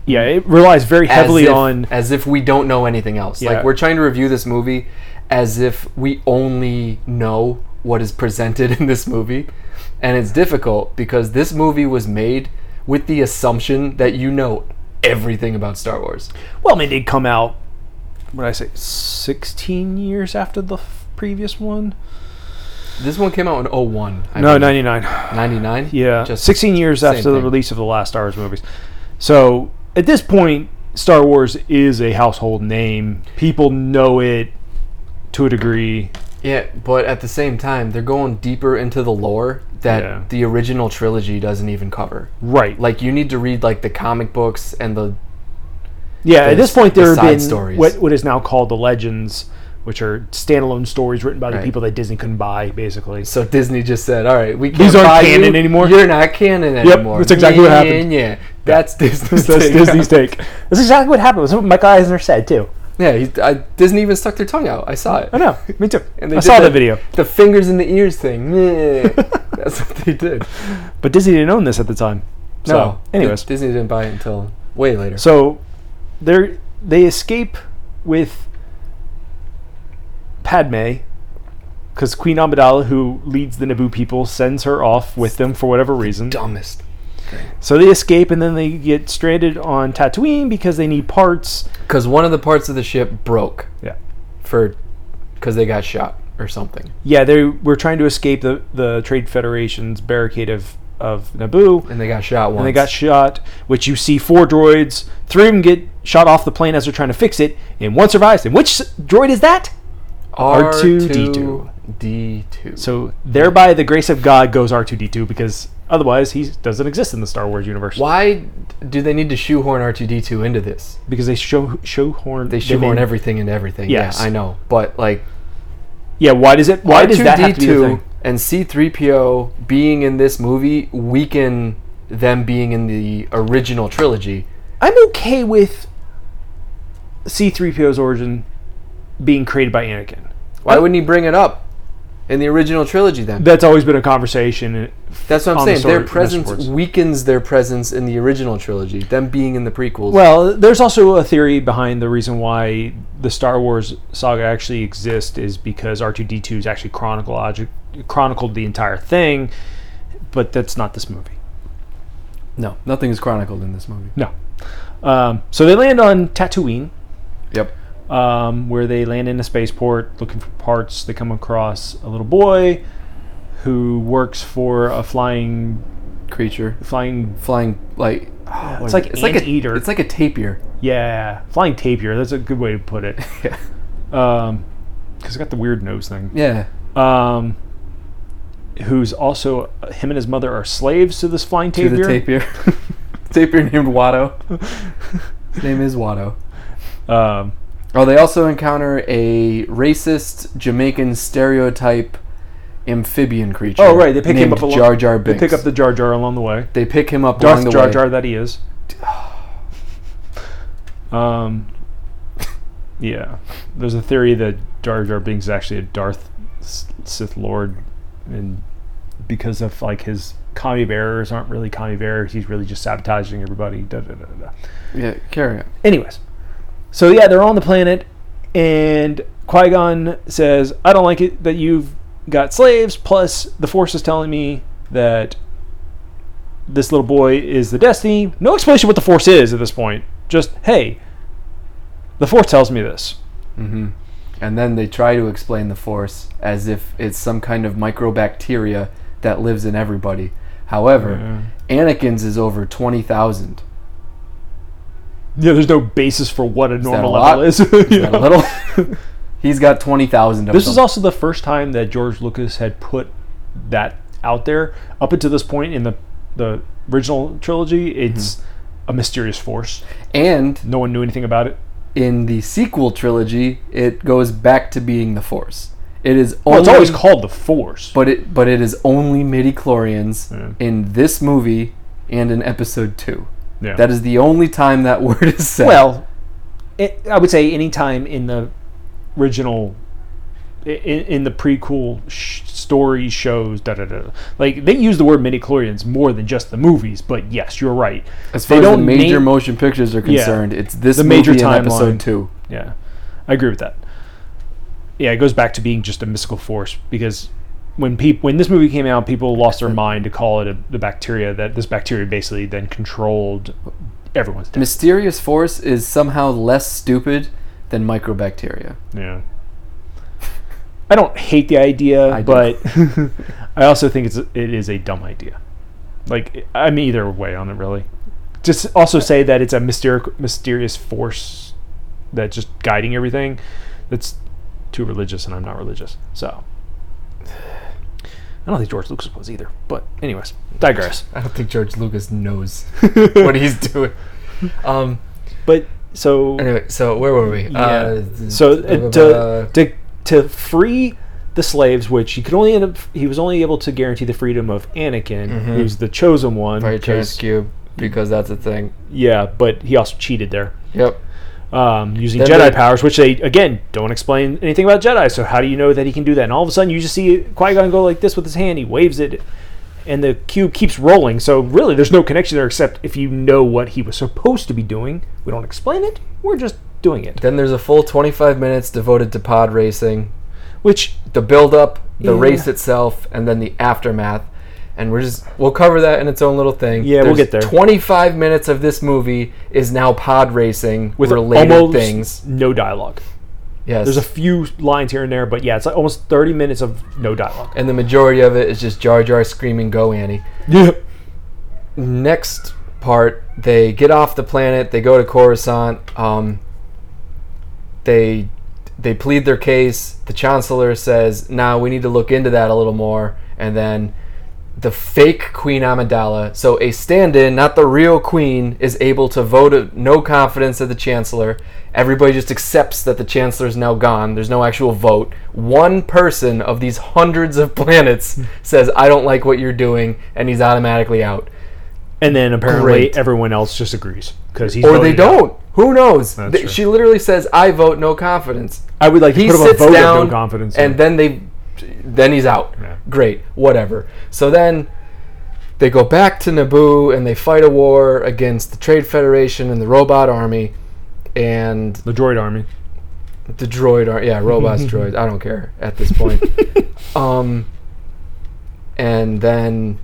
Speaker 2: Yeah, it relies very
Speaker 1: as
Speaker 2: heavily
Speaker 1: if-
Speaker 2: on
Speaker 1: as if we don't know anything else.
Speaker 2: Yeah.
Speaker 1: Like we're trying to review this movie as if we only know what is presented in this movie, and it's difficult because this movie was made with the assumption that you know everything about Star Wars.
Speaker 2: Well, I mean, it did come out. What did I say? Sixteen years after the f- previous one.
Speaker 1: This one came out in 01. I
Speaker 2: No,
Speaker 1: believe.
Speaker 2: ninety nine.
Speaker 1: 99?
Speaker 2: Yeah,
Speaker 1: Just
Speaker 2: sixteen years
Speaker 1: same
Speaker 2: after the
Speaker 1: thing.
Speaker 2: release of the last Star Wars movies. So at this point, Star Wars is a household name. People know it to a degree.
Speaker 1: Yeah, but at the same time, they're going deeper into the lore that
Speaker 2: Yeah.
Speaker 1: the original trilogy doesn't even cover.
Speaker 2: Right.
Speaker 1: Like you need to read like the comic books and the
Speaker 2: Yeah, at
Speaker 1: the
Speaker 2: this
Speaker 1: s-
Speaker 2: point
Speaker 1: the
Speaker 2: there have
Speaker 1: side
Speaker 2: been
Speaker 1: stories.
Speaker 2: what what is now called the legends, which are standalone stories written by the
Speaker 1: Right.
Speaker 2: people that Disney couldn't buy, basically.
Speaker 1: So Disney just said, "All right, we can't
Speaker 2: These aren't
Speaker 1: buy
Speaker 2: canon
Speaker 1: you.
Speaker 2: anymore."
Speaker 1: You're not canon anymore."
Speaker 2: that's exactly what
Speaker 1: Yeah,
Speaker 2: happened.
Speaker 1: Yeah, that's Disney's.
Speaker 2: That's
Speaker 1: take.
Speaker 2: Disney's take. That's exactly what happened. That's what Michael Eisner said too.
Speaker 1: Yeah, he, I, Disney even stuck their tongue out. I saw it.
Speaker 2: I know, me too.
Speaker 1: And they
Speaker 2: I
Speaker 1: did
Speaker 2: saw the video,
Speaker 1: The fingers in the ears thing. Meh. that's what they did.
Speaker 2: but Disney didn't own this at the time. So,
Speaker 1: no.
Speaker 2: anyways,
Speaker 1: Disney didn't buy it until way later.
Speaker 2: so they they escape with Padme because Queen Amidala, who leads the Naboo people, sends her off with them for whatever reason.
Speaker 1: Dumbest.
Speaker 2: So they escape and then they get stranded on Tatooine because they need parts.
Speaker 1: Because one of the parts of the ship broke
Speaker 2: Yeah.
Speaker 1: for because they got shot or something.
Speaker 2: Yeah, they were trying to escape the, the Trade Federation's barricade of of Naboo.
Speaker 1: and they got shot once.
Speaker 2: And they got shot, which you see four droids. Three of them get shot off the plane as they're trying to fix it, and one survives. And which s- droid is that? R2D2.
Speaker 1: D2.
Speaker 2: So thereby the grace of God goes R2D2 because otherwise he doesn't exist in the Star Wars universe.
Speaker 1: why do they need to shoehorn R2D2 into this?
Speaker 2: Because they show showhorn
Speaker 1: They shoehorn everything into everything.
Speaker 2: Yes.
Speaker 1: Yeah, I know. But like
Speaker 2: Yeah, why does it why does that have to be the
Speaker 1: R2D2
Speaker 2: thing?
Speaker 1: and C3PO being in this movie weaken them being in the original trilogy.
Speaker 2: I'm okay with C3PO's origin being created by Anakin.
Speaker 1: Why wouldn't he bring it up in the original trilogy then?
Speaker 2: That's always been a conversation. and-
Speaker 1: That's what I'm
Speaker 2: on the
Speaker 1: saying.
Speaker 2: story-
Speaker 1: their presence
Speaker 2: message boards.
Speaker 1: weakens their presence in the original trilogy. Them being in the prequels.
Speaker 2: Well, there's also a theory behind the reason why the Star Wars saga actually exists is because R2D2 is actually chronologic chronicled the entire thing, but that's not this movie.
Speaker 1: no, nothing is chronicled in this movie.
Speaker 2: No. Um, so they land on Tatooine,
Speaker 1: Yep.
Speaker 2: um, where they land in a spaceport looking for parts. They come across a little boy who works for a flying
Speaker 1: Creature
Speaker 2: flying
Speaker 1: flying like what is
Speaker 2: like
Speaker 1: it? it's like a
Speaker 2: Oh, anteater.
Speaker 1: It's like a tapir.
Speaker 2: yeah flying tapir. That's a good way to put it.
Speaker 1: Yeah.
Speaker 2: Um, because it got the weird nose thing.
Speaker 1: Yeah.
Speaker 2: Um, who's also him and his mother are slaves to this flying
Speaker 1: To
Speaker 2: tapir.
Speaker 1: the tapir. tapir named Watto. His name is Watto.
Speaker 2: Um,
Speaker 1: Oh, they also encounter a racist Jamaican stereotype amphibian creature.
Speaker 2: oh right, they pick him
Speaker 1: named
Speaker 2: up along,
Speaker 1: Jar Jar
Speaker 2: They
Speaker 1: Binks.
Speaker 2: pick up the Jar Jar along the way.
Speaker 1: They pick him up along
Speaker 2: Darth
Speaker 1: the
Speaker 2: Jar
Speaker 1: way.
Speaker 2: Jar that he is. Um, yeah, there's a theory that Jar Jar Binks is actually a Darth S- Sith Lord, and because of like his commie bearers aren't really commie bearers, he's really just sabotaging everybody. Da, da, da, da, da.
Speaker 1: Yeah, carry on.
Speaker 2: Anyways, so yeah, they're on the planet, and Qui Gon says, "I don't like it that you've got slaves. Plus, the Force is telling me that this little boy is the Destiny. No explanation what the Force is at this point. Just hey, the Force tells me this.
Speaker 1: hmm And then they try to explain the force as if it's some kind of microbacteria that lives in everybody. However, Anakin's is over 20,000.
Speaker 2: Yeah, there's no basis for what a normal
Speaker 1: a
Speaker 2: level
Speaker 1: lot?
Speaker 2: is.
Speaker 1: Is that a little? He's got 20,000 of
Speaker 2: This
Speaker 1: them.
Speaker 2: is also the first time that George Lucas had put that out there. Up until this point in the the original trilogy, it's
Speaker 1: Mm-hmm.
Speaker 2: a mysterious force.
Speaker 1: and
Speaker 2: No one knew anything about it.
Speaker 1: in the sequel trilogy, it goes back to being the force. It is only
Speaker 2: Well, it's always called the Force.
Speaker 1: but it but it is only midi-chlorians
Speaker 2: Yeah.
Speaker 1: in this movie and in episode 2.
Speaker 2: yeah.
Speaker 1: That is the only time that word is said.
Speaker 2: well, it, I would say any time in the original, in, in the prequel sh- story shows, da da da. Like they use the word midi chlorians more than just the movies. But yes, you're right.
Speaker 1: As far
Speaker 2: They
Speaker 1: as the
Speaker 2: don't
Speaker 1: major
Speaker 2: name-
Speaker 1: motion pictures are concerned, it's this
Speaker 2: The major
Speaker 1: major movie and
Speaker 2: timeline.
Speaker 1: episode two.
Speaker 2: Yeah, I agree with that. Yeah, it goes back to being just a mystical force because when peop- when this movie came out, people lost their mind to call it a, the bacteria that this bacteria basically then controlled everyone's death.
Speaker 1: Mysterious force is somehow less stupid than microbacteria.
Speaker 2: Yeah. I don't hate the idea,
Speaker 1: I do.
Speaker 2: but I also think it's it is a dumb idea. Like I'm either way on it really. Just also say that it's a mysterious mysterious force that's just guiding everything. That's too religious, and I'm not religious, so I don't think George Lucas was either. But anyways, digress.
Speaker 1: I don't think George Lucas knows what he's doing. Um.
Speaker 2: But so
Speaker 1: Anyway, so where were we?
Speaker 2: Yeah. so uh, to, to to free the slaves, which he could only end up, he was only able to guarantee the freedom of Anakin,
Speaker 1: Mhm.
Speaker 2: who's the chosen one.
Speaker 1: right,
Speaker 2: 'cause-
Speaker 1: cube because that's a thing.
Speaker 2: Yeah, but he also cheated there
Speaker 1: Yep.
Speaker 2: um, using
Speaker 1: Then
Speaker 2: Jedi
Speaker 1: they-
Speaker 2: powers, which they again don't explain anything about Jedi. So how do you know that he can do that? And all of a sudden, you just see Qui Gon go like this with his hand. He waves it, and the cube keeps rolling. So really, there's no connection there except if you know what he was supposed to be doing. We don't explain it. We're just doing it.
Speaker 1: Then there's a full 25 minutes devoted to pod racing,
Speaker 2: Which
Speaker 1: the build up, the
Speaker 2: Yeah.
Speaker 1: race itself, and then the aftermath. And we're just we'll cover that in its own little thing.
Speaker 2: Yeah, we'll
Speaker 1: There's
Speaker 2: get there.
Speaker 1: 25 minutes of this movie is now pod racing
Speaker 2: with
Speaker 1: with related
Speaker 2: almost
Speaker 1: things.
Speaker 2: no dialogue.
Speaker 1: Yes.
Speaker 2: There's a few lines here and there, but yeah, it's like almost 30 minutes of no dialogue.
Speaker 1: and the majority of it is just Jar Jar screaming "Go Annie."
Speaker 2: Yeah.
Speaker 1: next part, they get off the planet. They go to Coruscant. Um, they they plead their case. The chancellor says, "Now we need to look into that a little more." And then the fake Queen Amidala, so a stand-in, not the real queen, is able to vote of no confidence at the chancellor. Everybody just accepts that the chancellor is now gone. There's no actual vote. One person of these hundreds of planets says, "I don't like what you're doing," and he's automatically out.
Speaker 2: And then apparently
Speaker 1: Great.
Speaker 2: everyone else just agrees because he's
Speaker 1: Or they
Speaker 2: voted out.
Speaker 1: don't. Who knows?
Speaker 2: That's
Speaker 1: They-
Speaker 2: true.
Speaker 1: she literally says, "I vote no confidence."
Speaker 2: I would like to
Speaker 1: he
Speaker 2: put up a
Speaker 1: sits
Speaker 2: vote
Speaker 1: down
Speaker 2: of no confidence. in
Speaker 1: and then they then he's out
Speaker 2: Yeah.
Speaker 1: great whatever so then they go back to naboo and they fight a war against the trade federation and the robot army and
Speaker 2: the droid army.
Speaker 1: the droid army yeah robots droids i don't care at this point um and then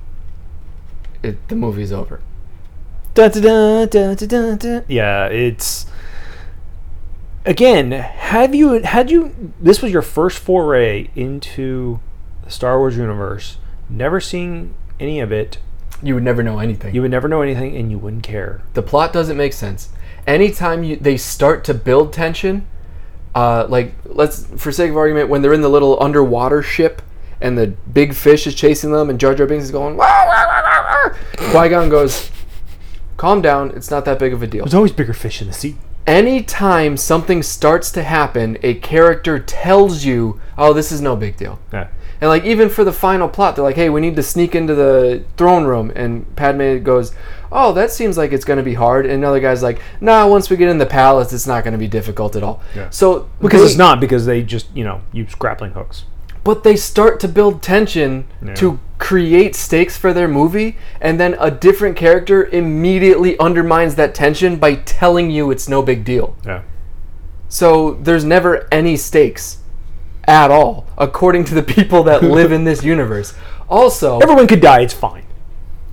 Speaker 1: it, the movie's over
Speaker 2: Dun, dun, dun, dun, dun, dun. Yeah, it's again. Have you had you? This was your first foray into the Star Wars universe. Never seen any of it.
Speaker 1: you would never know anything
Speaker 2: You would never know anything, and you wouldn't care.
Speaker 1: the plot doesn't make sense. Anytime you they start to build tension, uh, like let's for sake of argument, when they're in the little underwater ship and the big fish is chasing them, and Jar Jar Binks is going, wah, wah, wah, wah, wah. Qui Gon goes, "Calm down, it's not that big of a deal."
Speaker 2: There's always bigger fish in the sea.
Speaker 1: Anytime something starts to happen, a character tells you, "Oh, this is no big deal."
Speaker 2: Yeah.
Speaker 1: And like even for the final plot, they're like, "Hey, we need to sneak into the throne room." And Padme goes, "Oh, that seems like it's going to be hard." And another guy's like, "Nah, once we get in the palace, it's not going to be difficult at all."
Speaker 2: Yeah.
Speaker 1: So
Speaker 2: Because
Speaker 1: they-
Speaker 2: it's not because they just you know use grappling hooks.
Speaker 1: but they start to build tension
Speaker 2: Yeah.
Speaker 1: to create stakes for their movie, and then a different character immediately undermines that tension by telling you it's no big deal.
Speaker 2: Yeah.
Speaker 1: So there's never any stakes at all, according to the people that live in this universe. Also,
Speaker 2: Everyone could die. It's fine.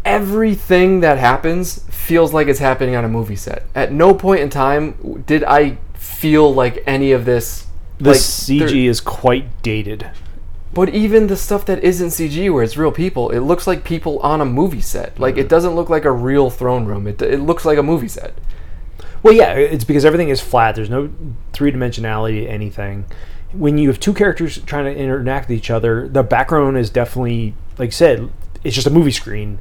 Speaker 1: everything that happens feels like it's happening on a movie set. At no point in time w- did I feel like any of this.
Speaker 2: The
Speaker 1: like,
Speaker 2: CG
Speaker 1: there-
Speaker 2: is quite dated.
Speaker 1: But even the stuff that isn't CG, where it's real people, it looks like people on a movie set. Like
Speaker 2: Mm-hmm.
Speaker 1: it doesn't look like a real throne room. It, it looks like a movie set.
Speaker 2: Well, yeah, it's because everything is flat. There's no three dimensionality to anything. When you have two characters trying to interact with each other, the background is definitely, like I said, it's just a movie screen.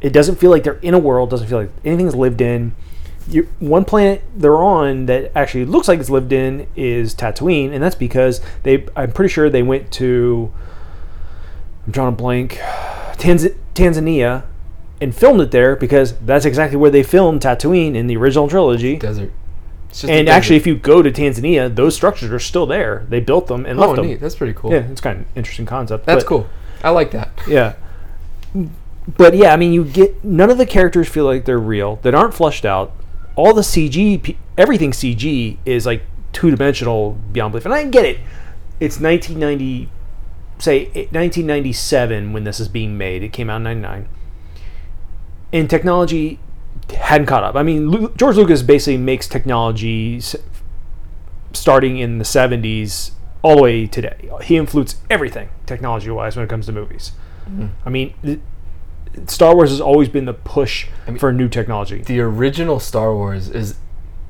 Speaker 2: It doesn't feel like they're in a world. Doesn't feel like anything's lived in. You, one planet they're on that actually looks like it's lived in is Tatooine, and that's because they. I'm pretty sure they went to. I'm drawing a blank. Tanz- Tanzania, and filmed it there because that's exactly where they filmed Tatooine in the original trilogy.
Speaker 1: Desert. It's just a
Speaker 2: And
Speaker 1: desert.
Speaker 2: actually, if you go to Tanzania, those structures are still there. They built them and
Speaker 1: oh
Speaker 2: left them.
Speaker 1: neat, that's pretty cool.
Speaker 2: Yeah, it's kind of an interesting concept.
Speaker 1: that's
Speaker 2: but-
Speaker 1: cool. I like that.
Speaker 2: Yeah. But yeah, I mean, you get none of the characters feel like they're real. That aren't fleshed out. All the CG, pe- everything CG is like two dimensional beyond belief. And I get it. It's 1990, say it- 1997 when this is being made. It came out in 99. And technology hadn't caught up. I mean, Lu- George Lucas basically makes technologies starting in the 70s all the way today. He influenced everything technology wise when it comes to movies. I mean, th- Star Wars has always been the push for new technology.
Speaker 1: The original Star Wars is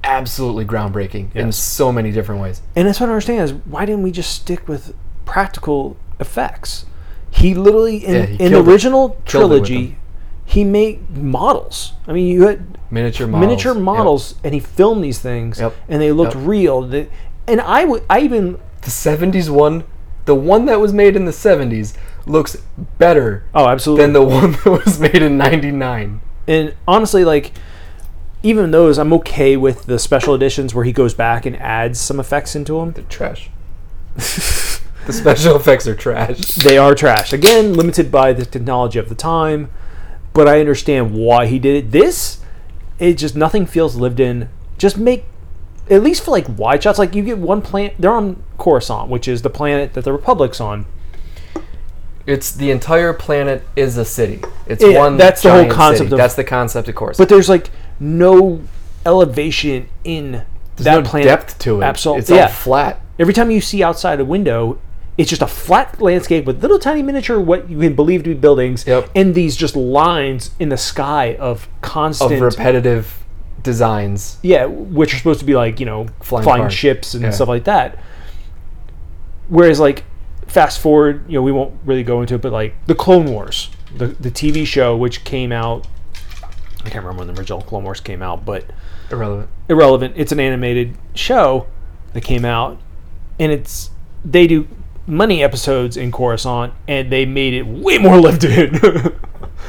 Speaker 1: absolutely groundbreaking in
Speaker 2: Yes.
Speaker 1: so many different ways.
Speaker 2: And that's what I don't understand is why didn't we just stick with practical effects? He literally in,
Speaker 1: Yeah, he
Speaker 2: in the
Speaker 1: killed it.
Speaker 2: original
Speaker 1: Killed it with
Speaker 2: trilogy,
Speaker 1: them.
Speaker 2: he made models. I mean, you had
Speaker 1: Miniature models.
Speaker 2: miniature
Speaker 1: Yep.
Speaker 2: models, and he filmed these things,
Speaker 1: Yep.
Speaker 2: and they looked
Speaker 1: Yep.
Speaker 2: real. They- And I would, I even
Speaker 1: The 70s one, the one that was made in the 70s, looks better
Speaker 2: oh absolutely
Speaker 1: than the one that was made in 99.
Speaker 2: and honestly like even those i'm okay with the special editions where he goes back and adds some effects into them
Speaker 1: They're trash. the special effects are trash.
Speaker 2: they are trash again limited by the technology of the time but i understand why he did it this it just nothing feels lived in just make at least for like wide shots like you get one planet they're on coruscant which is the planet that the republic's on
Speaker 1: It's the entire planet is a city. It's
Speaker 2: Yeah,
Speaker 1: one
Speaker 2: that's the whole
Speaker 1: giant
Speaker 2: concept
Speaker 1: city.
Speaker 2: of-
Speaker 1: that's the concept of course.
Speaker 2: but there's like no elevation in
Speaker 1: there's
Speaker 2: that
Speaker 1: no
Speaker 2: planet
Speaker 1: depth to it.
Speaker 2: Absol-
Speaker 1: It's
Speaker 2: yeah.
Speaker 1: all flat.
Speaker 2: every time you see outside a window It's just a flat landscape with little tiny miniature what you can believe to be buildings
Speaker 1: Yep.
Speaker 2: and these just lines in the sky of
Speaker 1: of
Speaker 2: constant
Speaker 1: repetitive designs.
Speaker 2: yeah, which are supposed to be like you know
Speaker 1: Flying
Speaker 2: flying,
Speaker 1: cars.
Speaker 2: ships and
Speaker 1: Yeah.
Speaker 2: stuff like that. Whereas like fast forward, you know, we won't really go into it, but like the Clone Wars, the the TV show which came out, I can't remember when the original Clone Wars came out, but
Speaker 1: Irrelevant.
Speaker 2: irrelevant. It's an animated show that came out, and it's they do money episodes in Coruscant, and they made it way more lived in.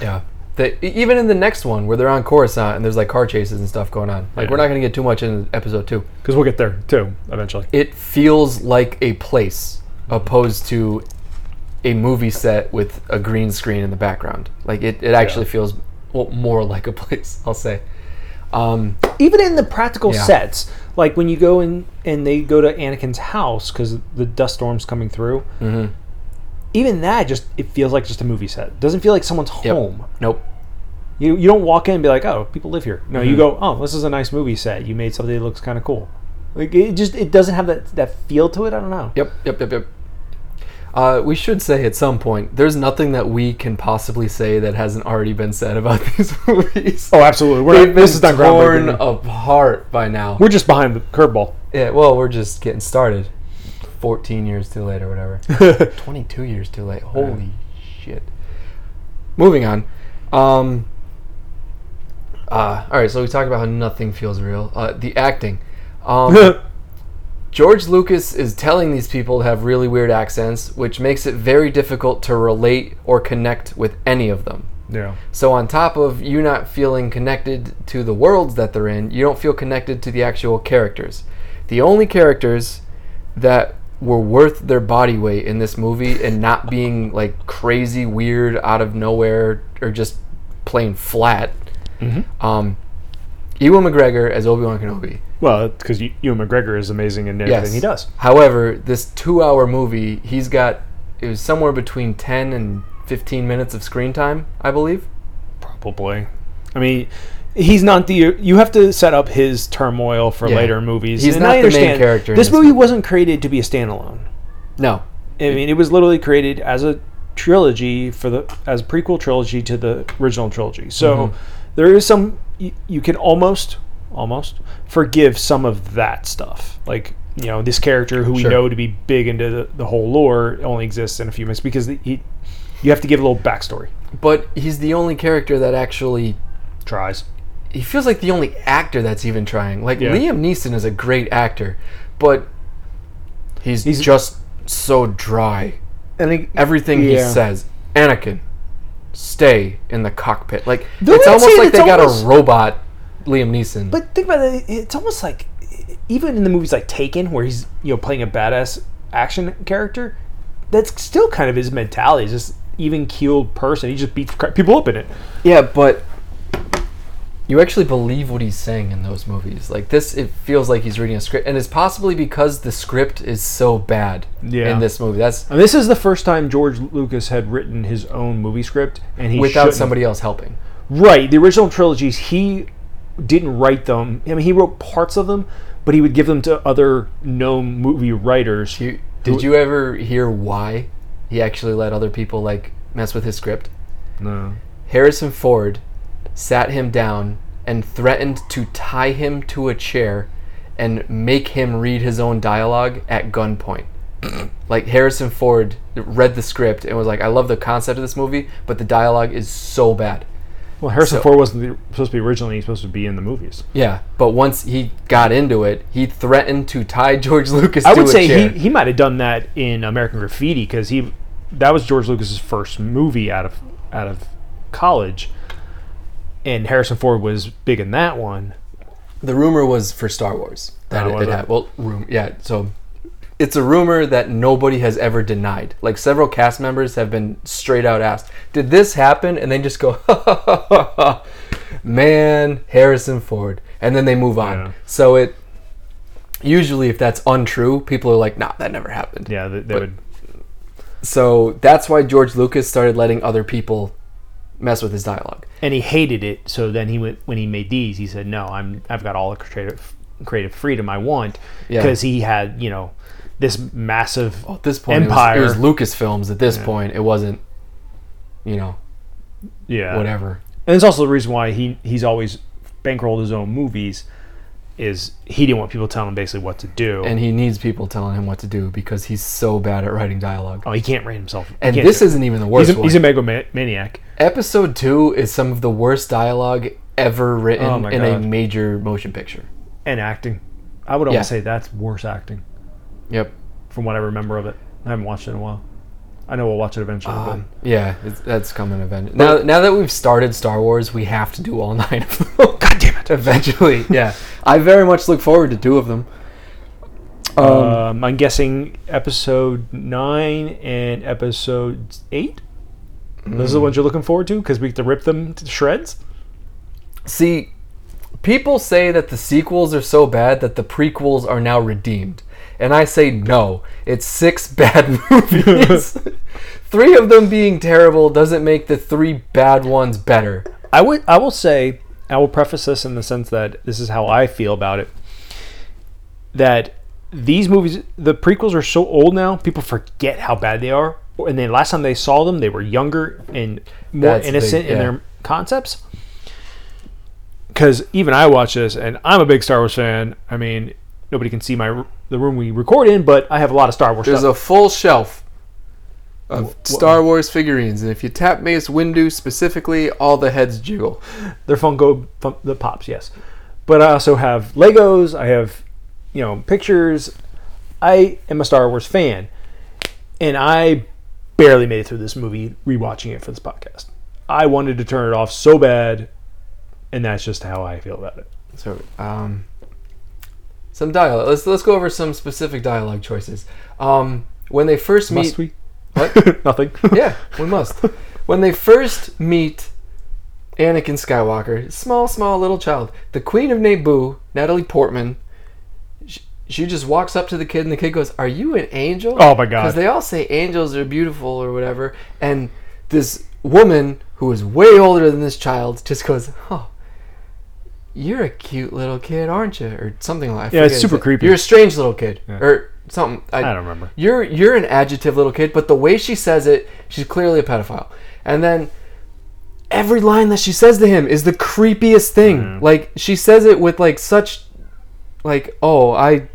Speaker 1: Yeah. They, e- even in the next one where they're on Coruscant and there's like car chases and stuff going on. Like
Speaker 2: Yeah.
Speaker 1: we're not going to get too much in episode 2.
Speaker 2: Because we'll get there too eventually.
Speaker 1: It feels like a place opposed to a movie set with a green screen in the background. Like it, it actually feels well, more like a place, I'll say. Um,
Speaker 2: even in the practical
Speaker 1: Yeah.
Speaker 2: sets, like when you go in and they go to Anakin's house because the dust storm's coming through. Even that just it feels like just a movie set. doesn't feel like someone's
Speaker 1: yep.
Speaker 2: home.
Speaker 1: Nope.
Speaker 2: You you don't walk in and be like, oh, people live here. No, you go, oh, this is a nice movie set. You made something that looks kind of cool. Like it just it doesn't have that that feel to it. I don't know.
Speaker 1: Yep, yep, yep, yep. Uh, we should say at some point, there's nothing that we can possibly say that hasn't already been said about these movies.
Speaker 2: Oh, absolutely. We're
Speaker 1: They've
Speaker 2: not,
Speaker 1: been
Speaker 2: this is not
Speaker 1: torn
Speaker 2: groundbreaking.
Speaker 1: apart by now.
Speaker 2: We're just behind the curveball.
Speaker 1: yeah, well, we're just getting started. 14 years too late or whatever. 22 years too late. Holy shit. Moving on. Um, uh, all right, so we talked about how nothing feels real. Uh, the acting. Um, George Lucas is telling these people to have really weird accents, which makes it very difficult to relate or connect with any of them.
Speaker 2: yeah.
Speaker 1: So, on top of you not feeling connected to the worlds that they're in, you don't feel connected to the actual characters. The only characters that were worth their body weight in this movie and not being like crazy, weird, out of nowhere, or just plain flat.
Speaker 2: Mm-hmm.
Speaker 1: Um, Ewan McGregor as Obi Wan Kenobi.
Speaker 2: Well, because Ewan McGregor is amazing in everything
Speaker 1: Yes.
Speaker 2: he does.
Speaker 1: However, this two-hour movie, he's got it was somewhere between ten and fifteen minutes of screen time, I believe.
Speaker 2: Probably. I mean, he's not the. You have to set up his turmoil for
Speaker 1: Yeah.
Speaker 2: later movies.
Speaker 1: He's
Speaker 2: and
Speaker 1: not
Speaker 2: I
Speaker 1: the main
Speaker 2: understand,
Speaker 1: character in
Speaker 2: This
Speaker 1: this
Speaker 2: movie
Speaker 1: movie.
Speaker 2: wasn't created to be a standalone.
Speaker 1: No,
Speaker 2: I mean, it was literally created as a trilogy for the as a prequel trilogy to the original trilogy. So
Speaker 1: Mm-hmm.
Speaker 2: there is some you, you can almost almost forgive some of that stuff. Like you know, this character who
Speaker 1: Sure.
Speaker 2: we know to be big into the, the whole lore only exists in a few minutes because he you have to give a little backstory.
Speaker 1: but he's the only character that actually.
Speaker 2: Tries.
Speaker 1: He feels like the only actor that's even trying. Like
Speaker 2: Yeah.
Speaker 1: Liam Neeson is a great actor, but he's,
Speaker 2: He's-
Speaker 1: just so dry.
Speaker 2: And it,
Speaker 1: Everything
Speaker 2: Yeah.
Speaker 1: he says, Anakin, stay in the cockpit. Like
Speaker 2: Though
Speaker 1: it's
Speaker 2: I'd
Speaker 1: almost
Speaker 2: say
Speaker 1: like
Speaker 2: it's
Speaker 1: they got
Speaker 2: almost-
Speaker 1: a robot, Liam Neeson.
Speaker 2: But think about it. It's almost like even in the movies like Taken, where he's you know playing a badass action character, that's still kind of his mentality. He's just even keeled person. He just beats cra- people up in it.
Speaker 1: Yeah, but you actually believe what he's saying in those movies. Like this, it feels like he's reading a script, and it's possibly because the script is so bad
Speaker 2: Yeah.
Speaker 1: in this movie. That's
Speaker 2: And this is the first time George Lucas had written his own movie script, and he
Speaker 1: without
Speaker 2: shouldn't-
Speaker 1: somebody else helping.
Speaker 2: Right, the original trilogies he didn't write them. I mean, he wrote parts of them, but he would give them to other known movie writers.
Speaker 1: You, did you ever hear why he actually let other people like mess with his script?
Speaker 2: no.
Speaker 1: Harrison Ford sat him down and threatened to tie him to a chair and make him read his own dialogue at gunpoint. like Harrison Ford read the script and was like, "I love the concept of this movie, but the dialogue is so bad."
Speaker 2: Well, Harrison
Speaker 1: So-
Speaker 2: Ford wasn't the, supposed to be originally he's supposed to be in the movies.
Speaker 1: Yeah, but once he got into it, he threatened to tie George Lucas
Speaker 2: I
Speaker 1: to
Speaker 2: would
Speaker 1: a
Speaker 2: say
Speaker 1: chair.
Speaker 2: he, he might have done that in American Graffiti because he that was George Lucas's first movie out of out of college, and Harrison Ford was big in that one.
Speaker 1: the rumor was for Star Wars that
Speaker 2: Oh,
Speaker 1: it,
Speaker 2: was
Speaker 1: it
Speaker 2: it?
Speaker 1: had, well, room, yeah. So it's a rumor that nobody has ever denied. Like several cast members have been straight out asked, "Did this happen?" And they just go, "Man, Harrison Ford," and then they move on.
Speaker 2: Yeah.
Speaker 1: So it usually, if that's untrue, people are like, "Nah, that never happened."
Speaker 2: Yeah, they, they
Speaker 1: But-
Speaker 2: would.
Speaker 1: So that's why George Lucas started letting other people mess with his dialogue.
Speaker 2: And he hated it, so then he went when he made these. He said, "No, I'm I've got all the creative creative freedom I want,"
Speaker 1: Yeah. Oh,
Speaker 2: because he had you know this massive
Speaker 1: Well, at this point, Empire. It,
Speaker 2: Empire.
Speaker 1: was, it was Lucasfilms. At this point, it wasn't, you know,
Speaker 2: yeah
Speaker 1: whatever.
Speaker 2: And it's also the reason why he he's always bankrolled his own movies is he didn't want people telling him basically what to do.
Speaker 1: And he needs people telling him what to do because he's so bad at writing dialogue.
Speaker 2: oh, he can't rate himself. He
Speaker 1: And
Speaker 2: can't
Speaker 1: this
Speaker 2: do it.
Speaker 1: isn't even the
Speaker 2: he's
Speaker 1: worst
Speaker 2: a,
Speaker 1: one.
Speaker 2: he's a megalomaniac.
Speaker 1: Episode two is some of the worst dialogue ever written
Speaker 2: Oh my
Speaker 1: in a
Speaker 2: God.
Speaker 1: major motion picture.
Speaker 2: and acting. I would almost
Speaker 1: Yeah.
Speaker 2: say that's worse acting
Speaker 1: Yep.
Speaker 2: from what I remember of it. I haven't watched it in a while. I know we'll watch it eventually.
Speaker 1: Um, yeah, it's, that's coming eventually. Now, now that we've started Star Wars, we have to do all nine of them. God damn it! Eventually, yeah. I very much look forward to two of them.
Speaker 2: but, um, I'm guessing episode nine and episode eight. Those are
Speaker 1: Hmm.
Speaker 2: the ones you're looking forward to because we get to rip them to shreds.
Speaker 1: See, people say that the sequels are so bad that the prequels are now redeemed. And I say no. It's six bad movies. three of them being terrible doesn't make the three bad ones better.
Speaker 2: I would I will say I will preface this in the sense that this is how I feel about it. That these movies the prequels are so old now, people forget how bad they are. And then last time they saw them, they were younger and more
Speaker 1: That's big,
Speaker 2: innocent in
Speaker 1: yeah.
Speaker 2: their concepts. Cause even I watch this and I'm a big Star Wars fan. I mean, nobody can see my r- the room we record in, but I have a lot of Star Wars
Speaker 1: There's
Speaker 2: stuff.
Speaker 1: a full shelf of Star Wars figurines, and if you tap Mace Windu specifically, all the heads jiggle.
Speaker 2: They're Funko fun, the pops, yes. But I also have Legos. I have, you know, pictures. I am a Star Wars fan, and I barely made it through this movie rewatching it for this podcast. I wanted to turn it off so bad, and that's just how I feel about it.
Speaker 1: So, um, some dialogue. Let's let's go over some specific dialogue choices. Um, when they first meet,
Speaker 2: Must we?
Speaker 1: What?
Speaker 2: Nothing.
Speaker 1: yeah, we must. When they first meet Anakin Skywalker, small, small little child, the Queen of Naboo, Natalie Portman, she, she just walks up to the kid, and the kid goes, "Are you an angel?"
Speaker 2: Oh my God.
Speaker 1: Because they all say angels are beautiful or whatever, and this woman who is way older than this child just goes, "Oh." You're a cute little kid, aren't you? Or something like
Speaker 2: Yeah, it's
Speaker 1: forget
Speaker 2: super
Speaker 1: exa-
Speaker 2: creepy.
Speaker 1: You're a strange little kid, or something.
Speaker 2: I don't remember.
Speaker 1: You're you're an adjective little kid, but the way she says it, she's clearly a pedophile. And then every line that she says to him is the creepiest thing.
Speaker 2: Mm-hmm.
Speaker 1: Like she says it with like such like, "Oh, I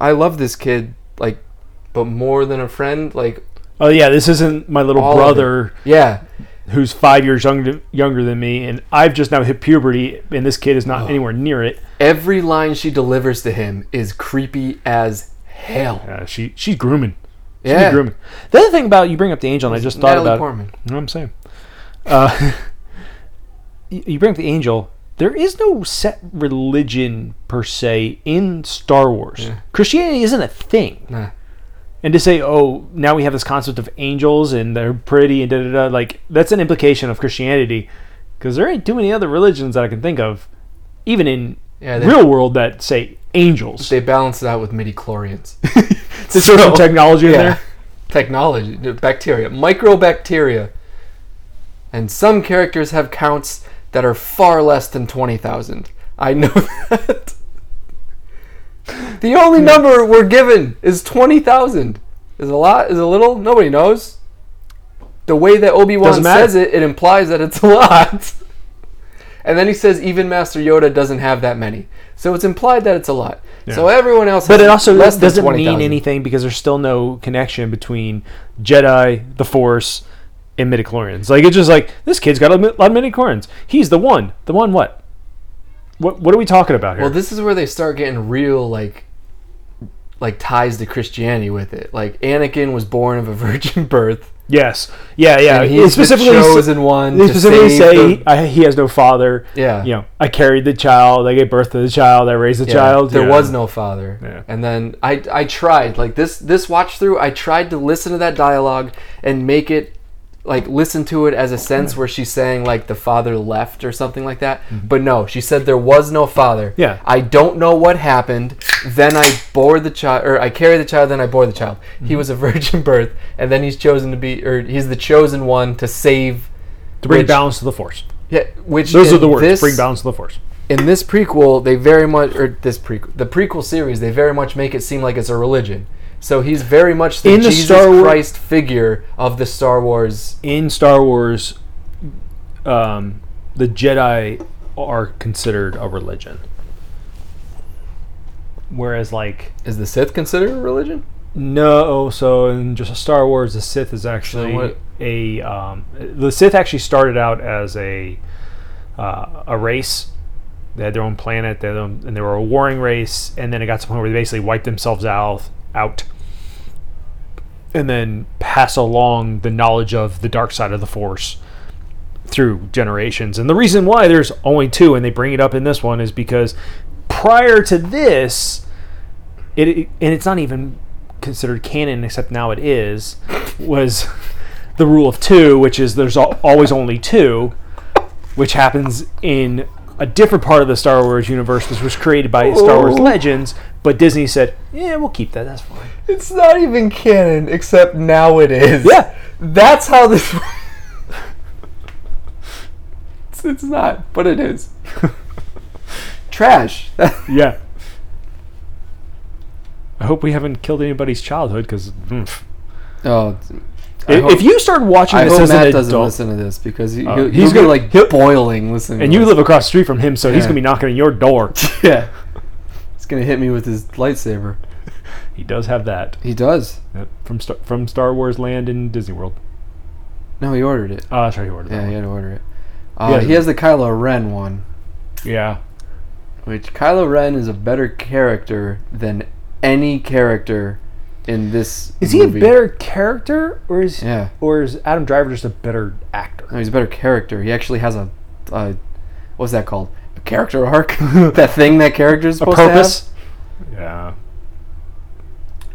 Speaker 1: I love this kid like but more than a friend." Like
Speaker 2: Oh yeah, this isn't my little
Speaker 1: all of it.
Speaker 2: brother
Speaker 1: Yeah.
Speaker 2: who's five years younger younger than me, and I've just now hit puberty, and this kid is not anywhere near it.
Speaker 1: Every line she delivers to him is creepy as hell.
Speaker 2: Uh, she she's grooming. She's
Speaker 1: Yeah.
Speaker 2: grooming. The other thing about you bring up the angel, and I just thought
Speaker 1: Natalie
Speaker 2: about.
Speaker 1: Portman.
Speaker 2: You know what I'm saying? Uh, you you bring up the angel. There is no set religion per se in Star Wars. Christianity isn't a thing.
Speaker 1: Nah.
Speaker 2: And to say, oh, now we have this concept of angels and they're pretty and da da da, like that's an implication of Christianity, because there ain't too many other religions that I can think of, even in
Speaker 1: Yeah, they-
Speaker 2: real world that say angels.
Speaker 1: They balance it out with midi-chlorians.
Speaker 2: There's some technology in there.
Speaker 1: Technology, the bacteria, microbacteria. And some characters have counts that are far less than 20,000. I know that. The
Speaker 2: Hmm.
Speaker 1: only number we're given is 20,000. Is a lot, is a little, nobody knows. The way that Obi-Wan
Speaker 2: Doesn't matter.
Speaker 1: says it, it implies that it's a lot. And then he says even Master Yoda doesn't have that many. So it's implied that it's a lot. So everyone else
Speaker 2: But
Speaker 1: has
Speaker 2: it also
Speaker 1: less than
Speaker 2: doesn't mean
Speaker 1: 20,000.
Speaker 2: anything because there's still no connection between Jedi, the Force, and midichlorians. Like it's just like this kid's got a mi- lot of midichlorians. He's the one. The one what? What what are we talking about here?
Speaker 1: Well, this is where they start getting real like like ties to Christianity with it. Like Anakin was born of a virgin birth.
Speaker 2: yes. Yeah, yeah.
Speaker 1: And
Speaker 2: It
Speaker 1: he's
Speaker 2: specifically
Speaker 1: the
Speaker 2: s-
Speaker 1: chosen one.
Speaker 2: They
Speaker 1: to
Speaker 2: specifically
Speaker 1: save
Speaker 2: say
Speaker 1: the-
Speaker 2: I, he has no father.
Speaker 1: yeah,
Speaker 2: You know, I carried the child. I gave birth to the child. I raised the
Speaker 1: Yeah.
Speaker 2: child.
Speaker 1: There
Speaker 2: Yeah.
Speaker 1: was no father.
Speaker 2: Yeah.
Speaker 1: And then I I tried like this this watch through. I tried to listen to that dialogue and make it like listen to it as a sense where she's saying like the father left or something like that. But no, she said there was no father.
Speaker 2: Mm-hmm. Yeah.
Speaker 1: I don't know what happened. Then I bore the child, or I carry the child. Then I bore the child.
Speaker 2: Mm-hmm.
Speaker 1: He was a virgin birth, and then he's chosen to be, or he's the chosen one to save.
Speaker 2: to bring
Speaker 1: which-
Speaker 2: balance to the force.
Speaker 1: Yeah, which
Speaker 2: Those
Speaker 1: in
Speaker 2: are the words.
Speaker 1: This,
Speaker 2: bring balance to the force.
Speaker 1: in this prequel, they very much or this prequel, the prequel series, they very much make it seem like it's a religion. So he's very much the
Speaker 2: In the
Speaker 1: Jesus
Speaker 2: Star Wa-
Speaker 1: Christ figure of the Star Wars.
Speaker 2: in Star Wars, um, the Jedi are considered a religion. Whereas, like,
Speaker 1: Is the Sith considered a religion?
Speaker 2: no, so in just Star Wars, the Sith is actually
Speaker 1: what-
Speaker 2: a um, the Sith actually started out as a uh, a race. They had their own planet, they had their own, and they were a warring race. And then it got to the point where they basically wiped themselves out, out, and then pass along the knowledge of the dark side of the Force through generations. And the reason why there's only two, and they bring it up in this one, is because prior to this, it and it's not even considered canon, except now it is, was the rule of two, which is there's al- always only two, which happens in a different part of the Star Wars universe, which was created by Star Wars
Speaker 1: Oh.
Speaker 2: Legends. But Disney said, "Yeah, we'll keep that. That's fine."
Speaker 1: It's not even canon, except now it is.
Speaker 2: Yeah.
Speaker 1: That's how this. it's, it's not, but it is. Trash.
Speaker 2: Yeah. I hope we haven't killed anybody's childhood hmm. because
Speaker 1: oh, I
Speaker 2: if,
Speaker 1: hope-
Speaker 2: if you start watching
Speaker 1: I
Speaker 2: this
Speaker 1: hope
Speaker 2: as
Speaker 1: Matt
Speaker 2: an
Speaker 1: doesn't
Speaker 2: adult,
Speaker 1: listen to this because he,
Speaker 2: Oh.
Speaker 1: he'll,
Speaker 2: He's
Speaker 1: he's
Speaker 2: gonna-
Speaker 1: gonna like boiling listening.
Speaker 2: and
Speaker 1: to
Speaker 2: you
Speaker 1: this.
Speaker 2: live across the street from him, so he's
Speaker 1: Yeah.
Speaker 2: gonna be knocking on your door.
Speaker 1: yeah. He's gonna hit me with his lightsaber.
Speaker 2: he does have that
Speaker 1: He does.
Speaker 2: Yep. from Star, from Star Wars Land in Disney World.
Speaker 1: No, he ordered it.
Speaker 2: Oh, that's right, he ordered
Speaker 1: Yeah,
Speaker 2: that.
Speaker 1: he had to order it. Uh,
Speaker 2: Yeah.
Speaker 1: He has the Kylo Ren one,
Speaker 2: one. yeah.
Speaker 1: which Kylo Ren is a better character than any character in this.
Speaker 2: Is he
Speaker 1: movie.
Speaker 2: a better character, or is
Speaker 1: Yeah.
Speaker 2: or is Adam Driver just a better
Speaker 1: No,
Speaker 2: actor?
Speaker 1: he's a better character. He actually has a, a what's that called? A character arc? that thing that character is
Speaker 2: A
Speaker 1: supposed to
Speaker 2: purpose. Yeah.
Speaker 1: have.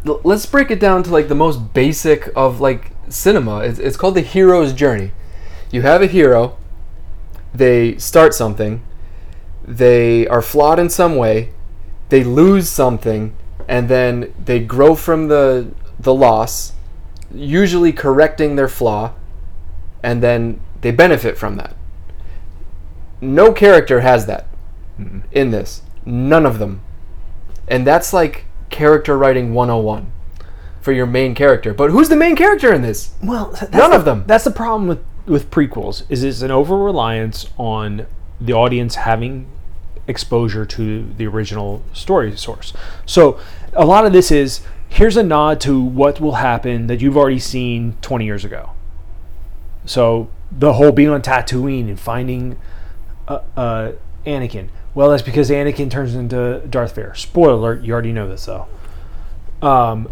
Speaker 1: L- Let's break it down to like the most basic of like cinema. It's, it's called the hero's journey. You have a hero. They start something. They are flawed in some way. They lose something, and then they grow from the the loss, usually correcting their flaw, and then they benefit from that. No character has that in this. None of them. And that's like character writing 101 for your main character. But who's the main character in this?
Speaker 2: Well, that's
Speaker 1: None
Speaker 2: the-
Speaker 1: of them.
Speaker 2: That's the problem with with prequels is it's an over reliance on the audience having exposure to the original story source. So a lot of this is here's a nod to what will happen that you've already seen 20 years ago. So the whole being on Tatooine and finding uh, uh, Anakin. Well, that's because Anakin turns into Darth Vader. Spoiler alert, you already know this though. Um,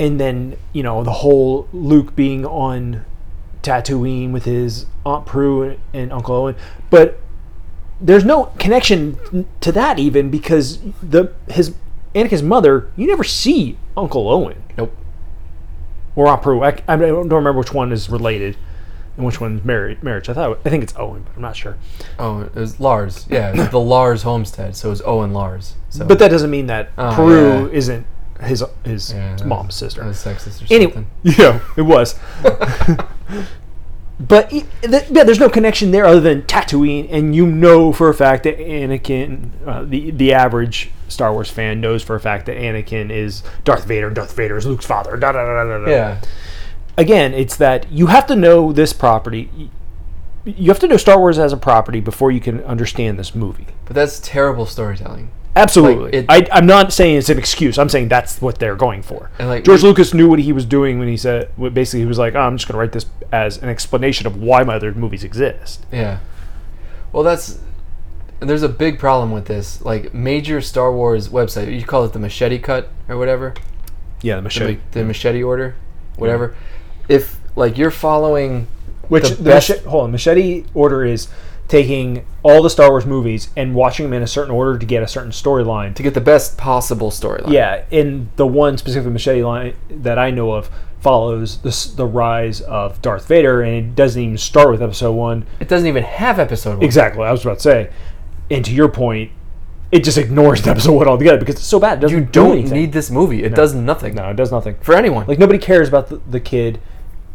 Speaker 2: and then you know the whole Luke being on Tatooine with his Aunt Prue and Uncle Owen, but there's no connection to that even because the his Anakin's mother you never see Uncle Owen
Speaker 1: Nope.
Speaker 2: or Aunt Prue. I, I don't remember which one is related and which one's married marriage. I thought I think it's Owen, but I'm not sure.
Speaker 1: Oh, it was Lars. Yeah, it was the Lars homestead. So it was Owen Lars. So
Speaker 2: But that doesn't mean that
Speaker 1: Oh,
Speaker 2: Prue
Speaker 1: yeah.
Speaker 2: isn't his his
Speaker 1: Yeah, that
Speaker 2: mom's
Speaker 1: was-
Speaker 2: sister.
Speaker 1: that was sexist or
Speaker 2: Any-
Speaker 1: something.
Speaker 2: Yeah, it was. but e- th- yeah, there's no connection there other than Tatooine, and you know for a fact that Anakin, uh, the the average Star Wars fan knows for a fact that Anakin is Darth Vader. and Darth Vader is Luke's father. Da da da da da. da.
Speaker 1: Yeah.
Speaker 2: Again, it's that you have to know this property. Y- You have to know Star Wars as a property before you can understand this movie.
Speaker 1: But that's terrible storytelling.
Speaker 2: Absolutely.
Speaker 1: Like,
Speaker 2: I, I'm not saying it's an excuse. I'm saying that's what they're going for.
Speaker 1: And, like,
Speaker 2: George
Speaker 1: we-
Speaker 2: Lucas knew what he was doing when he said, when basically, he was like, oh, I'm just going to write this as an explanation of why my other movies exist.
Speaker 1: Yeah. Well, that's there's a big problem with this. Like major Star Wars website, you call it the machete cut or whatever.
Speaker 2: Yeah, the
Speaker 1: The,
Speaker 2: machete.
Speaker 1: the machete order, whatever. If like you're following
Speaker 2: Which,
Speaker 1: the
Speaker 2: the
Speaker 1: best-
Speaker 2: machete, hold on, machete order is taking all the Star Wars movies and watching them in a certain order to get a certain storyline.
Speaker 1: to get the best possible storyline.
Speaker 2: Yeah, and the one specific machete line that I know of follows this, the rise of Darth Vader, and it doesn't even start with episode one.
Speaker 1: It doesn't even have episode one.
Speaker 2: Exactly. I was about to say, and to your point, it just ignores episode one altogether because it's so bad. It doesn't
Speaker 1: You
Speaker 2: do
Speaker 1: don't
Speaker 2: anything.
Speaker 1: need this movie. It does nothing
Speaker 2: No, it does nothing.
Speaker 1: for anyone.
Speaker 2: Like nobody cares about the, the kid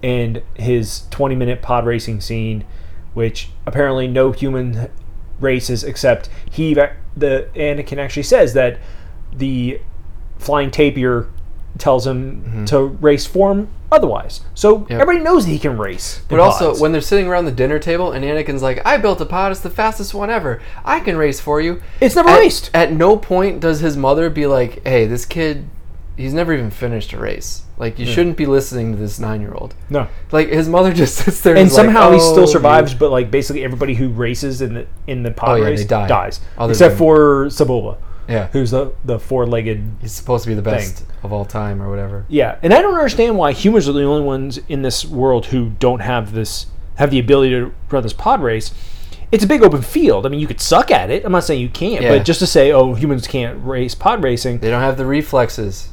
Speaker 2: and his 20 minute pod racing scene, which apparently no human races except he. The Anakin actually says that the flying tapir tells him to race form otherwise. So
Speaker 1: Mm-hmm. Yep.
Speaker 2: everybody knows that he can race.
Speaker 1: But also, when they're sitting around the dinner table and Anakin's like, I built a pod, it's the fastest one ever. I can race for you.
Speaker 2: It's never
Speaker 1: at,
Speaker 2: raced.
Speaker 1: At no point does his mother be like, hey, this kid, he's never even finished a race. Like,
Speaker 2: Hmm.
Speaker 1: you shouldn't be listening to this nine year old.
Speaker 2: no.
Speaker 1: Like, his mother just sits there and,
Speaker 2: And
Speaker 1: is like,
Speaker 2: somehow he
Speaker 1: "Oh,
Speaker 2: still survives,
Speaker 1: you-"
Speaker 2: but like basically everybody who races in the in the pod
Speaker 1: Oh, yeah,
Speaker 2: race
Speaker 1: they die.
Speaker 2: dies,
Speaker 1: Other
Speaker 2: except
Speaker 1: than-
Speaker 2: for Saboba,
Speaker 1: Yeah.
Speaker 2: who's the the four legged.
Speaker 1: He's supposed to be the best of all time or whatever.
Speaker 2: Yeah, and I don't understand why humans are the only ones in this world who don't have this have the ability to run this pod race. It's a big open field. I mean, you could suck at it. I'm not saying you can't,
Speaker 1: Yeah.
Speaker 2: but just to say, oh, humans can't race pod racing.
Speaker 1: They don't have the reflexes.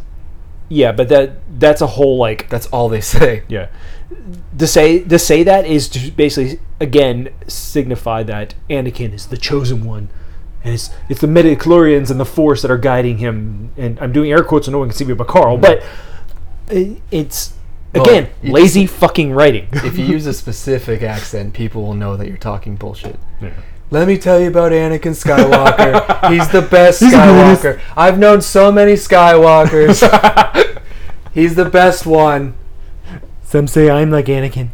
Speaker 2: Yeah, but that that's a whole like
Speaker 1: That's all they say.
Speaker 2: yeah. To say to say that is to basically again signify that Anakin is the chosen one, and it's it's the midichlorians and the Force that are guiding him. And I'm doing air quotes, and no one can see me but Carl. But
Speaker 1: Mm-hmm.
Speaker 2: i- it's again
Speaker 1: you-
Speaker 2: lazy fucking writing.
Speaker 1: If you use a specific accent, people will know that you're talking bullshit. Let me tell you about Anakin Skywalker. He's the best
Speaker 2: the best.
Speaker 1: Skywalker. I've known so many Skywalkers. He's the best one.
Speaker 2: Some say I'm like Anakin.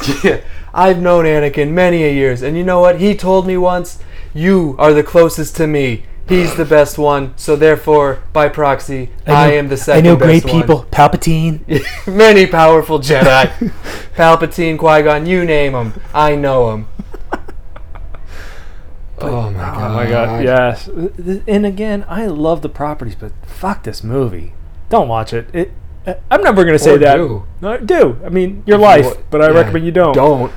Speaker 1: I've known Anakin many a years, and you know what? He told me once, "You are the closest to me. He's the best one. So therefore, by proxy, I, am the second best one."
Speaker 2: Palpatine.
Speaker 1: many powerful Jedi. Palpatine, Qui Gon, you name them. I know them. oh my god.
Speaker 2: Oh my god! Yes, and again, I love the properties, but fuck this movie. Don't watch it. It. I- I'm never gonna say
Speaker 1: Or
Speaker 2: that.
Speaker 1: do.
Speaker 2: No, do. I mean, your life,
Speaker 1: wa-
Speaker 2: but I
Speaker 1: yeah,
Speaker 2: recommend you don't.
Speaker 1: Don't,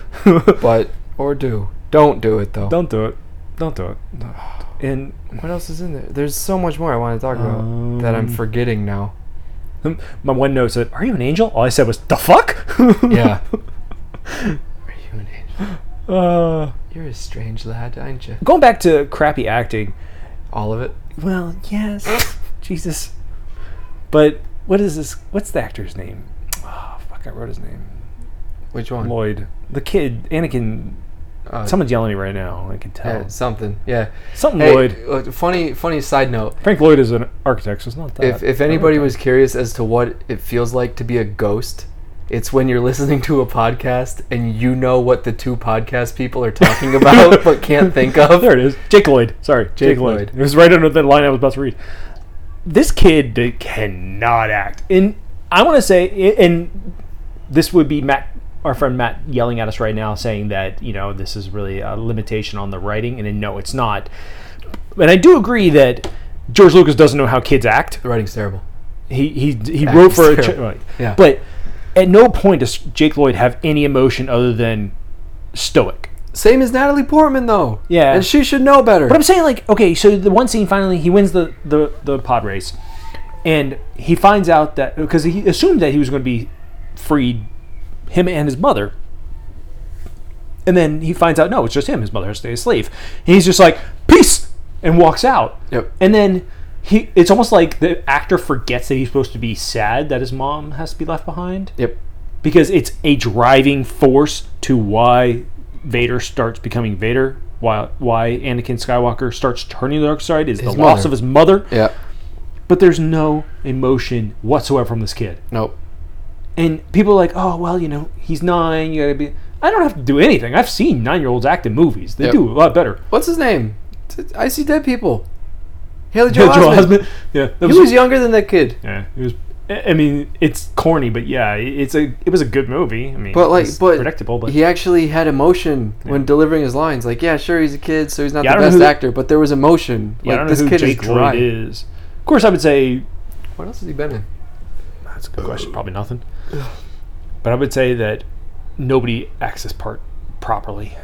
Speaker 1: but, or do. Don't do it though.
Speaker 2: Don't do it. Don't do it. And
Speaker 1: What else is in there? There's so much more I want to talk about that I'm
Speaker 2: Um,
Speaker 1: forgetting now.
Speaker 2: hmm, my one note said, "Are you an angel?" All I said was, "The fuck."
Speaker 1: Yeah. Are you an angel?
Speaker 2: Uh,
Speaker 1: You're a strange lad, aren't you?
Speaker 2: going back to crappy acting.
Speaker 1: All of it.
Speaker 2: Well, yes, Jesus. But what is this? What's the actor's name? Oh, fuck! I wrote his name.
Speaker 1: Which one?
Speaker 2: Lloyd, the kid, Anakin.
Speaker 1: Uh,
Speaker 2: Someone's yelling at me right now. I can tell.
Speaker 1: yeah, something. Yeah.
Speaker 2: Something
Speaker 1: Hey,
Speaker 2: Lloyd.
Speaker 1: uh, funny, funny side note.
Speaker 2: Frank Lloyd is an architect, so it's not that.
Speaker 1: If, if anybody was curious as to what it feels like to be a ghost, it's when you're listening to a podcast and you know what the two podcast people are talking about but can't think of.
Speaker 2: Oh, there it is. Jake Lloyd. Sorry, Jake, Lloyd.
Speaker 1: Lloyd.
Speaker 2: It was right under the line I was about to read. This kid d- cannot act, and I want to say, a- and this would be Matt, our friend Matt, yelling at us right now, saying that you know this is really a limitation on the writing, and then, no, it's not. And I do agree that George Lucas doesn't know how kids act.
Speaker 1: The writing's terrible.
Speaker 2: He he he wrote for a
Speaker 1: he's
Speaker 2: ch-
Speaker 1: terrible.
Speaker 2: right.
Speaker 1: Yeah.
Speaker 2: But at no point does Jake Lloyd have any emotion other than stoic.
Speaker 1: Same as Natalie Portman though.
Speaker 2: Yeah.
Speaker 1: And she should know better.
Speaker 2: But I'm saying like okay, so the one scene finally he wins the the the pod race, and he finds out that because he assumed that he was going to be freed, him and his mother. And then he finds out no, it's just him. His mother has to stay a slave. And he's just like peace and walks out.
Speaker 1: Yep.
Speaker 2: And then he it's almost like the actor forgets that he's supposed to be sad that his mom has to be left behind
Speaker 1: Yep.
Speaker 2: because it's a driving force to why Vader starts becoming Vader, why why Anakin Skywalker starts turning to the dark side is the loss
Speaker 1: mother.
Speaker 2: of his mother.
Speaker 1: Yeah.
Speaker 2: But there's no emotion whatsoever from this kid.
Speaker 1: Nope.
Speaker 2: And people are like, oh well, you know, he's nine, you gotta be I don't have to do anything. I've seen nine year olds act in movies. They
Speaker 1: Yep.
Speaker 2: do a lot better.
Speaker 1: What's his name? T- I see dead people. Haley Joel,
Speaker 2: Joel
Speaker 1: Osment.
Speaker 2: Osment. Yeah. that
Speaker 1: He was younger than that kid.
Speaker 2: Yeah, it was. I I mean, it's corny, but yeah, it- it's a. It was a good movie. I mean,
Speaker 1: But like,
Speaker 2: it's
Speaker 1: but
Speaker 2: predictable. But
Speaker 1: he actually had emotion when delivering his lines. Like, yeah, sure, he's a kid, so he's not
Speaker 2: Yeah, I
Speaker 1: the
Speaker 2: don't
Speaker 1: best
Speaker 2: know who-
Speaker 1: actor, but there was emotion.
Speaker 2: yeah, I
Speaker 1: like,
Speaker 2: don't know
Speaker 1: this
Speaker 2: who
Speaker 1: kid
Speaker 2: Jake
Speaker 1: is
Speaker 2: Lloyd
Speaker 1: dry.
Speaker 2: is. Of course, I would say
Speaker 1: What else has he been in?
Speaker 2: that's a good question. Probably nothing. But I would say that nobody acts this part properly,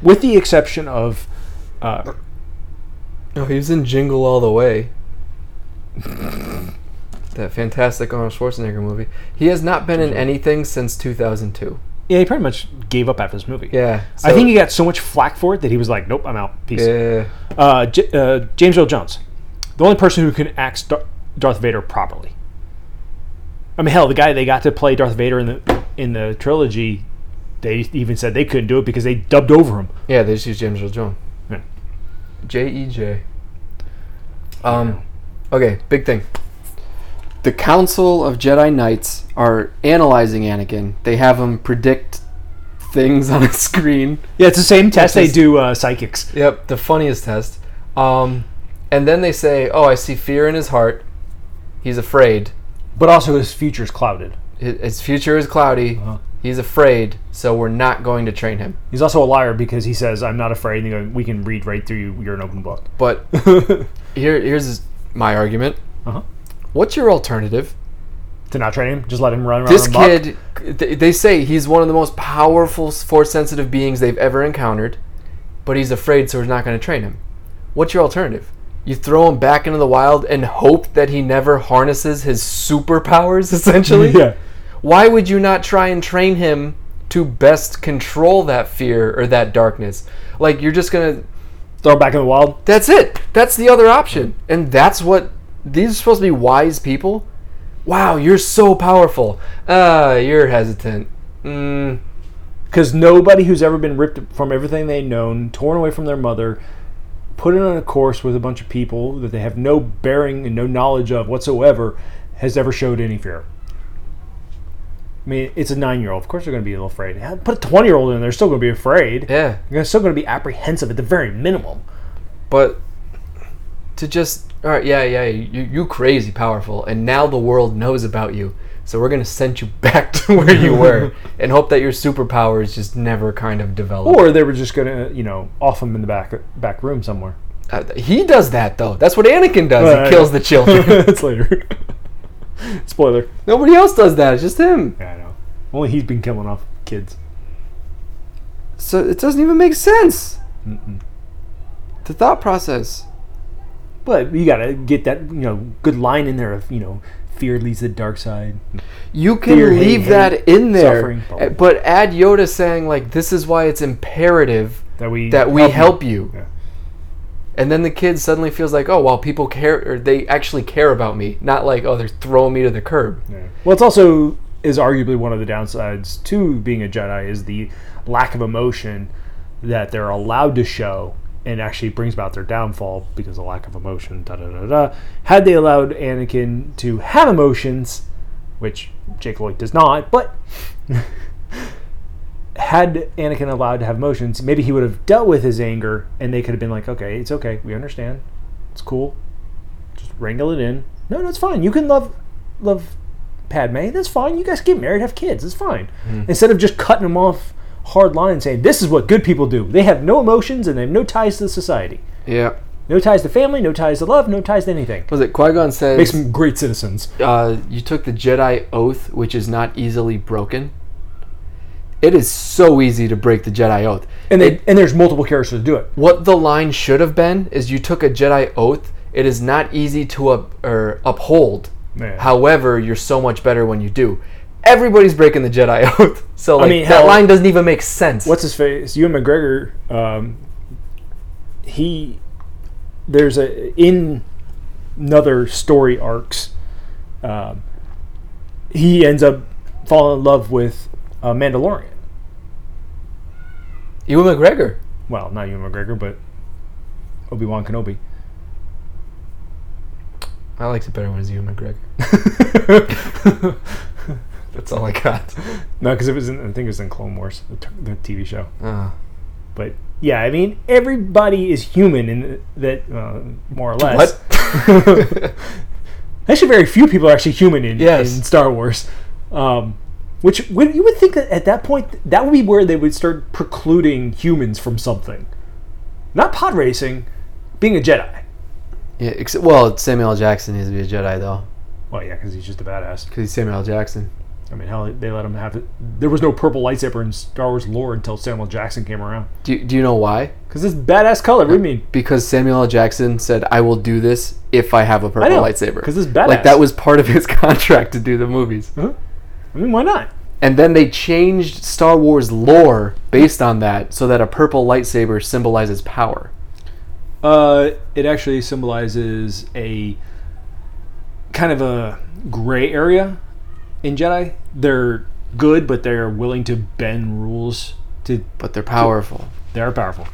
Speaker 2: with the exception of. Uh,
Speaker 1: No, he was in Jingle All the Way. that fantastic Arnold Schwarzenegger movie. He has not been in anything since 2002.
Speaker 2: yeah, he pretty much gave up after this movie.
Speaker 1: Yeah,
Speaker 2: I
Speaker 1: so-
Speaker 2: think he got so much flack for it that he was like, "Nope, I'm out. Peace."
Speaker 1: Yeah,
Speaker 2: uh, J- uh, James Earl Jones, the only person who can act Star- Darth Vader properly. I mean, hell, the guy they got to play Darth Vader in the in the trilogy, they even said they couldn't do it because they dubbed over him.
Speaker 1: yeah, they just used James Earl Jones.
Speaker 2: Yeah.
Speaker 1: J E J. Um, okay, big thing. the Council of Jedi Knights are analyzing Anakin. They have him predict things on a screen.
Speaker 2: Yeah, it's the same test they
Speaker 1: is-
Speaker 2: do uh, psychics.
Speaker 1: Yep, the funniest test. Um, and then they say, "Oh, I see fear in his heart. He's afraid.
Speaker 2: But also his future's clouded.
Speaker 1: Hi- His future is cloudy. He's afraid, so we're not going to train him."
Speaker 2: He's also a liar because he says, I'm not afraid. And they go, we can read right through you. You're an open book.
Speaker 1: But here, here's my argument.
Speaker 2: Uh-huh.
Speaker 1: What's your alternative?
Speaker 2: To not train him, just let him run around.
Speaker 1: This
Speaker 2: and buck.
Speaker 1: kid, th- they say he's one of the most powerful force-sensitive beings they've ever encountered, but he's afraid, so we're not going to train him. What's your alternative? You throw him back into the wild and hope that he never harnesses his superpowers, essentially?
Speaker 2: Yeah.
Speaker 1: Why would you not try and train him to best control that fear or that darkness? Like, you're just going to
Speaker 2: Throw him back in the wild.
Speaker 1: that's it. That's the other option. And that's what these are supposed to be wise people. Wow, you're so powerful. Uh, you're hesitant. Mm,
Speaker 2: Because nobody who's ever been ripped from everything they've known, torn away from their mother, put in on a course with a bunch of people that they have no bearing and no knowledge of whatsoever, has ever showed any fear. I mean, it's a nine-year-old. Of course, they're going to be a little afraid. Hell, Put a twenty-year-old in, they're still going to be afraid.
Speaker 1: yeah,
Speaker 2: They're still going to be apprehensive at the very minimum.
Speaker 1: but to just all right, yeah, yeah, you you crazy powerful, and now the world knows about you. So we're gonna send you back to where you were, and hope that your superpowers just never kind of develop.
Speaker 2: Or they were just going to, you know, off them in the back back room somewhere.
Speaker 1: Uh, he does that though. That's what Anakin does.
Speaker 2: Right.
Speaker 1: he kills the children.
Speaker 2: it's later. Spoiler.
Speaker 1: Nobody else does that. It's just him.
Speaker 2: Yeah, I know. Only he's been killing off kids.
Speaker 1: So it doesn't even make sense. The thought process.
Speaker 2: But you gotta get that you know good line in there of you know fear leads to the dark side.
Speaker 1: You can
Speaker 2: Fear, hate,
Speaker 1: leave
Speaker 2: hate,
Speaker 1: that in there, eh,
Speaker 2: suffering, blah, blah.
Speaker 1: but add Yoda saying like, "This is why it's imperative
Speaker 2: That we
Speaker 1: that we help you."
Speaker 2: Yeah.
Speaker 1: And then the kid suddenly feels like, "Oh, well, people care, or they actually care about me, not like, oh, they're throwing me to the curb."
Speaker 2: Yeah. Well, it's also is arguably one of the downsides to being a Jedi is the lack of emotion that they're allowed to show and actually brings about their downfall because of lack of emotion. Da da da da. Had they allowed Anakin to have emotions, which Jake Lloyd does not, but had Anakin allowed to have emotions, maybe he would have dealt with his anger and they could have been like, okay, it's okay, we understand, it's cool, just wrangle it in. No, that's fine. You can love love Padme. That's fine. You guys get married, have kids. It's fine. Instead of just cutting them off hard line and saying this is what good people do. They have no emotions and they have no ties to society.
Speaker 1: Yeah.
Speaker 2: No ties to family. No ties to love. No ties to anything.
Speaker 1: Was it Qui Gon says?
Speaker 2: Makes them great citizens.
Speaker 1: uh, you took the Jedi oath, which is not easily broken. It is so easy to break the Jedi oath.
Speaker 2: And they and there's multiple characters to do it.
Speaker 1: What the line should have been is you took a Jedi oath. It is not easy to up, or uphold.
Speaker 2: Yeah.
Speaker 1: However, you're so much better when you do. Everybody's breaking the Jedi oath. So like,
Speaker 2: mean,
Speaker 1: that
Speaker 2: hell-
Speaker 1: line doesn't even make sense.
Speaker 2: what's his face? Ewan McGregor. Um, he there's a in another story arcs. Um, he ends up falling in love with a Mandalorian.
Speaker 1: Ewan McGregor?
Speaker 2: Well, not Ewan McGregor, but Obi Wan Kenobi.
Speaker 1: I liked it better when it was Ewan McGregor. That's all I got.
Speaker 2: No, because it was in, I think it was in Clone Wars, the, t- the TV show.
Speaker 1: Uh,
Speaker 2: But yeah, I mean everybody is human in that uh, more or less.
Speaker 1: what?
Speaker 2: Actually, very few people are actually human in,
Speaker 1: Yes.
Speaker 2: in Star Wars. Um, which would, you would think that at that point, that would be where they would start precluding humans from something. Not pod racing, being a Jedi.
Speaker 1: Yeah, ex- well, Samuel L. Jackson needs to be a Jedi though,
Speaker 2: Well, yeah, because he's just a badass.
Speaker 1: because he's Samuel L. Jackson.
Speaker 2: I mean, hell, they let him have it. There was no purple lightsaber in Star Wars lore until Samuel Jackson came around.
Speaker 1: Do, do you know why?
Speaker 2: Because this badass color, what do you mean?
Speaker 1: Because Samuel L. Jackson said, "I will do this if I have a purple
Speaker 2: I know,
Speaker 1: lightsaber."
Speaker 2: 'cause it's
Speaker 1: Like
Speaker 2: badass.
Speaker 1: that was part of his contract to do the movies.
Speaker 2: I mean, why not?
Speaker 1: And then they changed Star Wars lore based on that, so that a purple lightsaber symbolizes power.
Speaker 2: Uh, it actually symbolizes a kind of a gray area in Jedi. They're good, but they're willing to bend rules. To
Speaker 1: But they're powerful.
Speaker 2: they are powerful.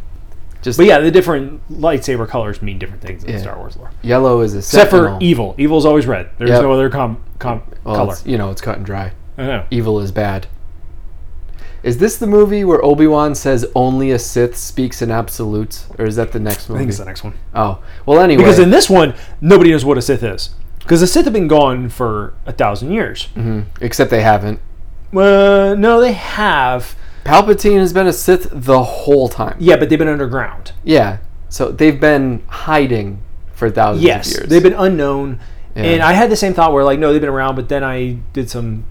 Speaker 1: Just
Speaker 2: But yeah, the different lightsaber colors mean different things in
Speaker 1: Yeah.
Speaker 2: Star Wars lore.
Speaker 1: yellow is a
Speaker 2: Except for
Speaker 1: sentinel.
Speaker 2: evil. Evil's always red. There's
Speaker 1: Yep.
Speaker 2: no other com- com-
Speaker 1: Well,
Speaker 2: color.
Speaker 1: it's- you know, it's cut and dry.
Speaker 2: I know.
Speaker 1: Evil is bad. Is this the movie where Obi Wan says only a Sith speaks in absolutes, or is that the next
Speaker 2: I
Speaker 1: movie?
Speaker 2: think it's the next one.
Speaker 1: Oh, well, anyway,
Speaker 2: Because in this one, nobody knows what a Sith is. Because the Sith have been gone for a thousand years.
Speaker 1: Mm-hmm. except they haven't.
Speaker 2: Uh, no, they have.
Speaker 1: Palpatine has been a Sith the whole time.
Speaker 2: Yeah, but they've been underground.
Speaker 1: Yeah. So they've been hiding for thousands
Speaker 2: Yes,
Speaker 1: of years.
Speaker 2: they've been unknown.
Speaker 1: Yeah.
Speaker 2: And I had the same thought where, like, no, they've been around, but then I did some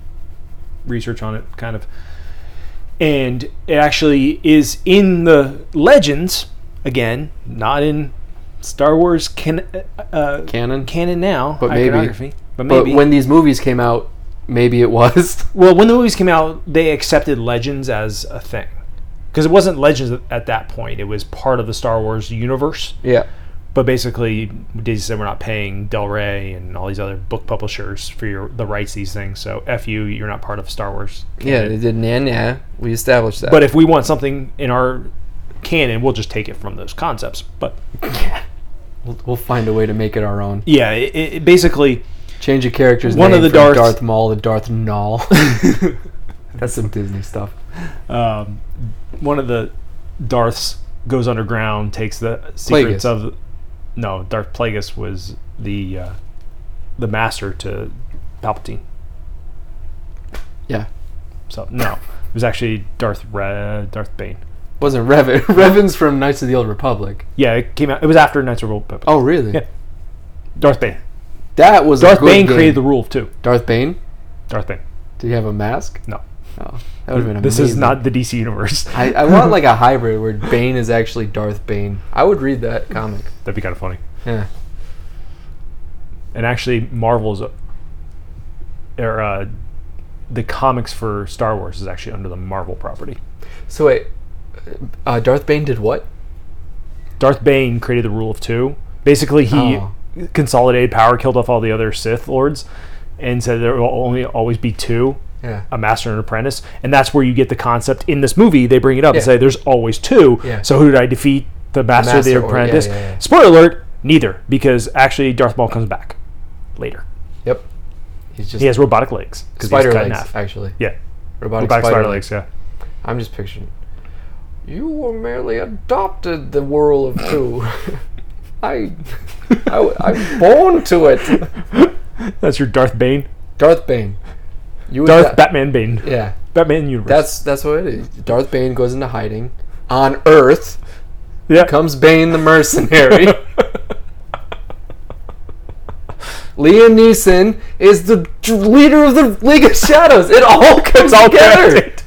Speaker 2: research on it, kind of. And it actually is in the legends, again, not in Star Wars can, uh,
Speaker 1: canon.
Speaker 2: canon now,
Speaker 1: But maybe.
Speaker 2: iconography. But
Speaker 1: but
Speaker 2: maybe.
Speaker 1: when these movies came out, maybe it was.
Speaker 2: well, when the movies came out, they accepted legends as a thing. Because it wasn't legends at that point, it was part of the Star Wars universe.
Speaker 1: yeah.
Speaker 2: But basically, Disney said we're not paying Del Rey and all these other book publishers for your, the rights to these things. So f you, you're not part of Star Wars.
Speaker 1: Yeah,
Speaker 2: Canon.
Speaker 1: they did Nan Yeah. We established that.
Speaker 2: But if we want something in our canon, we'll just take it from those concepts. But
Speaker 1: we'll, we'll find a way to make it our own.
Speaker 2: yeah, it, it it basically
Speaker 1: Change the character's
Speaker 2: One
Speaker 1: name
Speaker 2: of the
Speaker 1: from
Speaker 2: Darths-
Speaker 1: Darth Maul to Darth Null. That's some Disney stuff.
Speaker 2: um, one of the Darths goes underground, takes the
Speaker 1: Plagueis.
Speaker 2: secrets of. No, Darth Plagueis was the uh, the master to Palpatine.
Speaker 1: Yeah.
Speaker 2: So no, it was actually Darth Re- Darth Bane.
Speaker 1: Wasn't Revan. Revan's from Knights of the Old Republic.
Speaker 2: Yeah, it came out. It was after Knights of the Old Republic.
Speaker 1: Oh, really?
Speaker 2: Yeah. Darth Bane.
Speaker 1: That was a
Speaker 2: Darth
Speaker 1: good
Speaker 2: Bane
Speaker 1: game.
Speaker 2: created the rule of two.
Speaker 1: Darth Bane?
Speaker 2: Darth Bane.
Speaker 1: Did he have a mask?
Speaker 2: No,
Speaker 1: Oh, that would have been
Speaker 2: this is
Speaker 1: amazing.
Speaker 2: not the DC universe.
Speaker 1: I, I want like a hybrid where Bane is actually Darth Bane. I would read that comic.
Speaker 2: That'd be kind of funny.
Speaker 1: Yeah.
Speaker 2: And actually, Marvel's or uh, the comics for Star Wars is actually under the Marvel property.
Speaker 1: So wait, uh, Darth Bane did what?
Speaker 2: Darth Bane created the rule of two. Basically, he
Speaker 1: Oh.
Speaker 2: consolidated power, killed off all the other Sith lords, and said there will only always be two
Speaker 1: Yeah.
Speaker 2: a master and an apprentice, and that's where you get the concept in this movie. They bring it up and
Speaker 1: Yeah.
Speaker 2: say, "There's always two.
Speaker 1: Yeah.
Speaker 2: So who did I defeat? The master, or
Speaker 1: master
Speaker 2: the
Speaker 1: or- yeah,
Speaker 2: apprentice."
Speaker 1: yeah, yeah.
Speaker 2: Spoiler alert: neither, because actually Darth Maul comes back later.
Speaker 1: Yep. He's just
Speaker 2: He has robotic legs because he's
Speaker 1: spider
Speaker 2: cut in
Speaker 1: legs,
Speaker 2: half.
Speaker 1: actually.
Speaker 2: Yeah,
Speaker 1: Robotic,
Speaker 2: robotic spider, legs. Yeah,
Speaker 1: I'm just picturing. You were merely adopted the world of two. I, I, am born to it.
Speaker 2: that's your Darth Bane,
Speaker 1: Darth Bane. You
Speaker 2: Darth
Speaker 1: ado-
Speaker 2: Batman Bane,
Speaker 1: Yeah.
Speaker 2: Batman universe.
Speaker 1: That's that's what it is. Darth Bane goes into hiding. On Earth
Speaker 2: yeah.
Speaker 1: comes Bane the mercenary. Liam Neeson is the d- leader of the League of Shadows. It all comes
Speaker 2: It's all
Speaker 1: together.
Speaker 2: connected.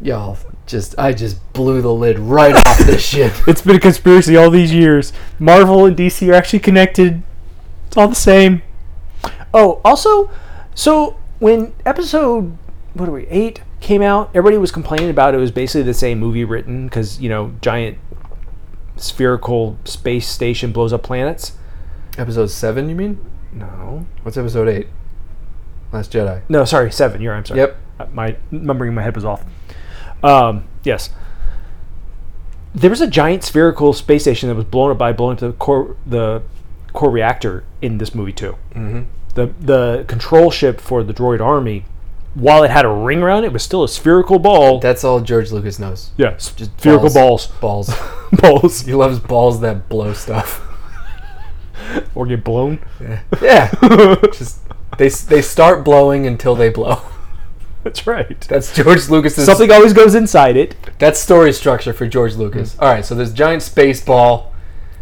Speaker 1: Y'all just I just blew the lid right off this ship.
Speaker 2: It's been a conspiracy all these years. Marvel and DC are actually connected. It's all the same. Oh, also, so when episode what are we eight came out, everybody was complaining about it was basically the same movie written because you know giant spherical space station blows up planets.
Speaker 1: Episode seven, you mean?
Speaker 2: No,
Speaker 1: What's episode eight? Last Jedi.
Speaker 2: no, sorry, seven. You're right, I'm sorry.
Speaker 1: Yep.
Speaker 2: Uh, My remembering in my head was off. Um, yes. There was a giant spherical space station that was blown up by blowing up the core the core reactor in this movie too.
Speaker 1: Mm-hmm.
Speaker 2: The the control ship for the droid army, while it had a ring around it, was still a spherical ball.
Speaker 1: That's all George Lucas knows.
Speaker 2: yeah, s-
Speaker 1: just
Speaker 2: spherical
Speaker 1: balls.
Speaker 2: balls,
Speaker 1: Balls.
Speaker 2: balls,
Speaker 1: he loves balls that blow stuff.
Speaker 2: or get blown.
Speaker 1: Yeah. just they they start blowing until they blow.
Speaker 2: That's right.
Speaker 1: That's George Lucas's
Speaker 2: Something always goes inside it
Speaker 1: That's story structure for George Lucas. All right, so this giant space ball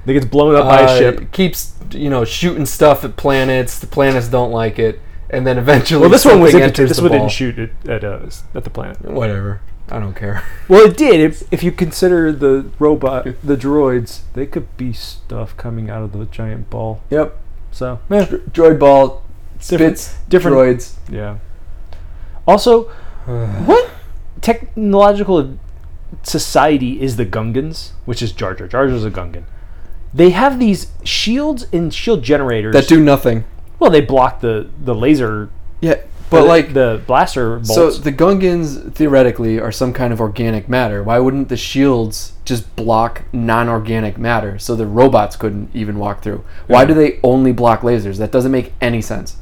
Speaker 2: that gets blown Hmm. up by
Speaker 1: uh,
Speaker 2: a ship.
Speaker 1: keeps you know shooting stuff at planets. The planets don't like it, and then eventually
Speaker 2: Well, this one was
Speaker 1: something
Speaker 2: empty.
Speaker 1: enters
Speaker 2: This
Speaker 1: the
Speaker 2: one
Speaker 1: ball.
Speaker 2: didn't shoot it at uh, s- at the planet.
Speaker 1: Whatever, I don't care.
Speaker 2: Well, it did. If, if you consider the robot, the droids, they could be stuff coming out of the giant ball.
Speaker 1: Yep,
Speaker 2: So, yeah,
Speaker 1: droid ball
Speaker 2: Different-
Speaker 1: spits
Speaker 2: different-
Speaker 1: droids.
Speaker 2: yeah. Also, what technological society is the Gungans? Which is Jar Jar. Jar Jar's a Gungan. They have these shields and shield generators
Speaker 1: that do nothing.
Speaker 2: Well, they block the the laser
Speaker 1: Yeah, But
Speaker 2: the-
Speaker 1: like
Speaker 2: the blaster bolts.
Speaker 1: So the Gungans theoretically are some kind of organic matter. Why wouldn't the shields just block non-organic matter so the robots couldn't even walk through? Why do they only block lasers? That doesn't make any sense.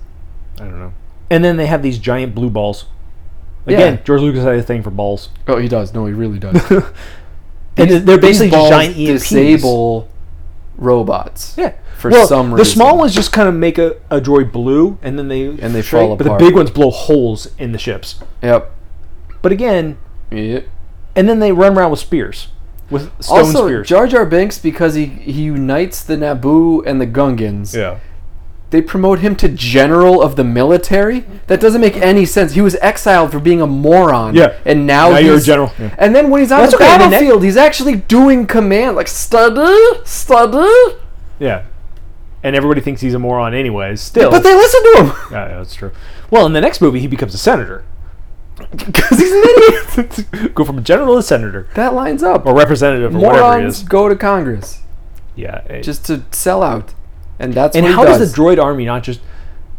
Speaker 2: I don't know. And then they have these giant blue balls. Again,
Speaker 1: Yeah.
Speaker 2: George Lucas had a thing for balls.
Speaker 1: Oh, he does. No, he really does.
Speaker 2: And
Speaker 1: These-
Speaker 2: they're
Speaker 1: these
Speaker 2: basically
Speaker 1: balls
Speaker 2: giant E EMPs.
Speaker 1: disable robots.
Speaker 2: Yeah.
Speaker 1: For
Speaker 2: well,
Speaker 1: some
Speaker 2: the
Speaker 1: reason.
Speaker 2: small ones just kind of make a, a droid blue, and then they
Speaker 1: And they
Speaker 2: shrink,
Speaker 1: fall
Speaker 2: But
Speaker 1: apart.
Speaker 2: the big ones blow holes in the ships.
Speaker 1: Yep.
Speaker 2: But again,
Speaker 1: Yeah.
Speaker 2: and then they run around with spears, with stone
Speaker 1: Also,
Speaker 2: spears.
Speaker 1: Jar Jar Binks because he he unites the Naboo and the Gungans.
Speaker 2: yeah.
Speaker 1: They promote him to general of the military. That doesn't make any sense. He was exiled for being a moron.
Speaker 2: Yeah.
Speaker 1: and now,
Speaker 2: Now
Speaker 1: he's
Speaker 2: you're a general. Yeah.
Speaker 1: And then when he's on
Speaker 2: That's
Speaker 1: the
Speaker 2: okay, the ne-
Speaker 1: battlefield, he's actually doing command like stutter, stutter.
Speaker 2: Yeah. And everybody thinks he's a moron, anyways. Still,
Speaker 1: But they listen to him
Speaker 2: Yeah, yeah, that's true. Well, in the next movie, he becomes a senator.
Speaker 1: because he's an idiot.
Speaker 2: Go from general to senator
Speaker 1: That lines up.
Speaker 2: or representative or whatever it
Speaker 1: Morons
Speaker 2: is.
Speaker 1: go to Congress
Speaker 2: Yeah. it-
Speaker 1: just to sell out, and that's
Speaker 2: and
Speaker 1: what
Speaker 2: how
Speaker 1: he
Speaker 2: does.
Speaker 1: does.
Speaker 2: the droid army not just?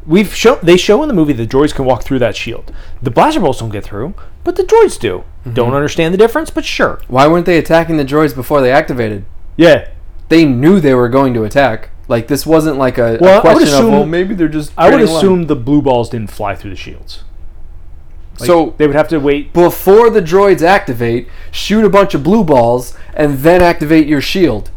Speaker 2: We've shown they show in the movie the droids can walk through that shield. The blaster bolts don't get through, but the droids do. Don't understand the difference, but sure.
Speaker 1: Why weren't they attacking the droids before they activated?
Speaker 2: Yeah.
Speaker 1: They knew they were going to attack. Like this wasn't like a, a
Speaker 2: Well, I would
Speaker 1: question
Speaker 2: assume-
Speaker 1: of well, maybe they're just.
Speaker 2: I would
Speaker 1: trading along."
Speaker 2: assume the blue balls didn't fly through the shields. Like,
Speaker 1: so
Speaker 2: they would have to wait.
Speaker 1: before the droids activate, shoot a bunch of blue balls, and then activate your shield.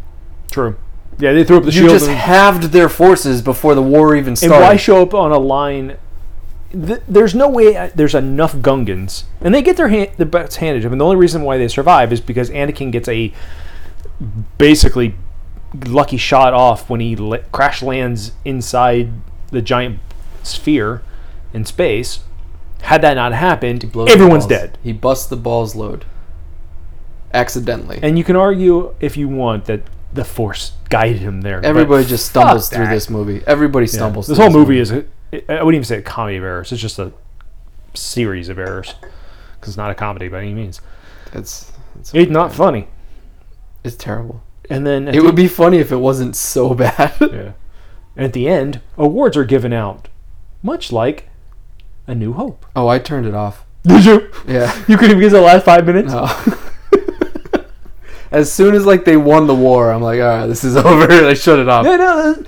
Speaker 2: True. Yeah, they threw up the
Speaker 1: You
Speaker 2: shield.
Speaker 1: just
Speaker 2: and-
Speaker 1: halved their forces before the war even
Speaker 2: And
Speaker 1: started.
Speaker 2: why show up on a line? Th- there's no way I- there's enough Gungans, and they get their hand, their butts handed to them. And the only reason why they survive is because Anakin gets a basically lucky shot off when he la- crash lands inside the giant sphere in space. Had that not happened,
Speaker 1: Blows the
Speaker 2: everyone's
Speaker 1: balls.
Speaker 2: dead.
Speaker 1: He busts the balls load. Accidentally.
Speaker 2: And you can argue if you want that the Force guided him there. but
Speaker 1: Everybody just
Speaker 2: fuck
Speaker 1: stumbles through
Speaker 2: that.
Speaker 1: this movie. Everybody stumbles
Speaker 2: This
Speaker 1: through
Speaker 2: whole movie is, a, I wouldn't even say a comedy of errors. It's just a series of errors. Because it's not a comedy by any means.
Speaker 1: It's, it's,
Speaker 2: It's not funny.
Speaker 1: it's terrible.
Speaker 2: And then at
Speaker 1: It
Speaker 2: the,
Speaker 1: would be funny if it wasn't so bad.
Speaker 2: yeah. And at the end, awards are given out, much like A New Hope.
Speaker 1: oh, I turned it off.
Speaker 2: Did you?
Speaker 1: Yeah.
Speaker 2: You couldn't even get to the last five minutes.
Speaker 1: Oh. as soon as like they won the war, I'm like, all right, this is over. I shut it off.
Speaker 2: No, no.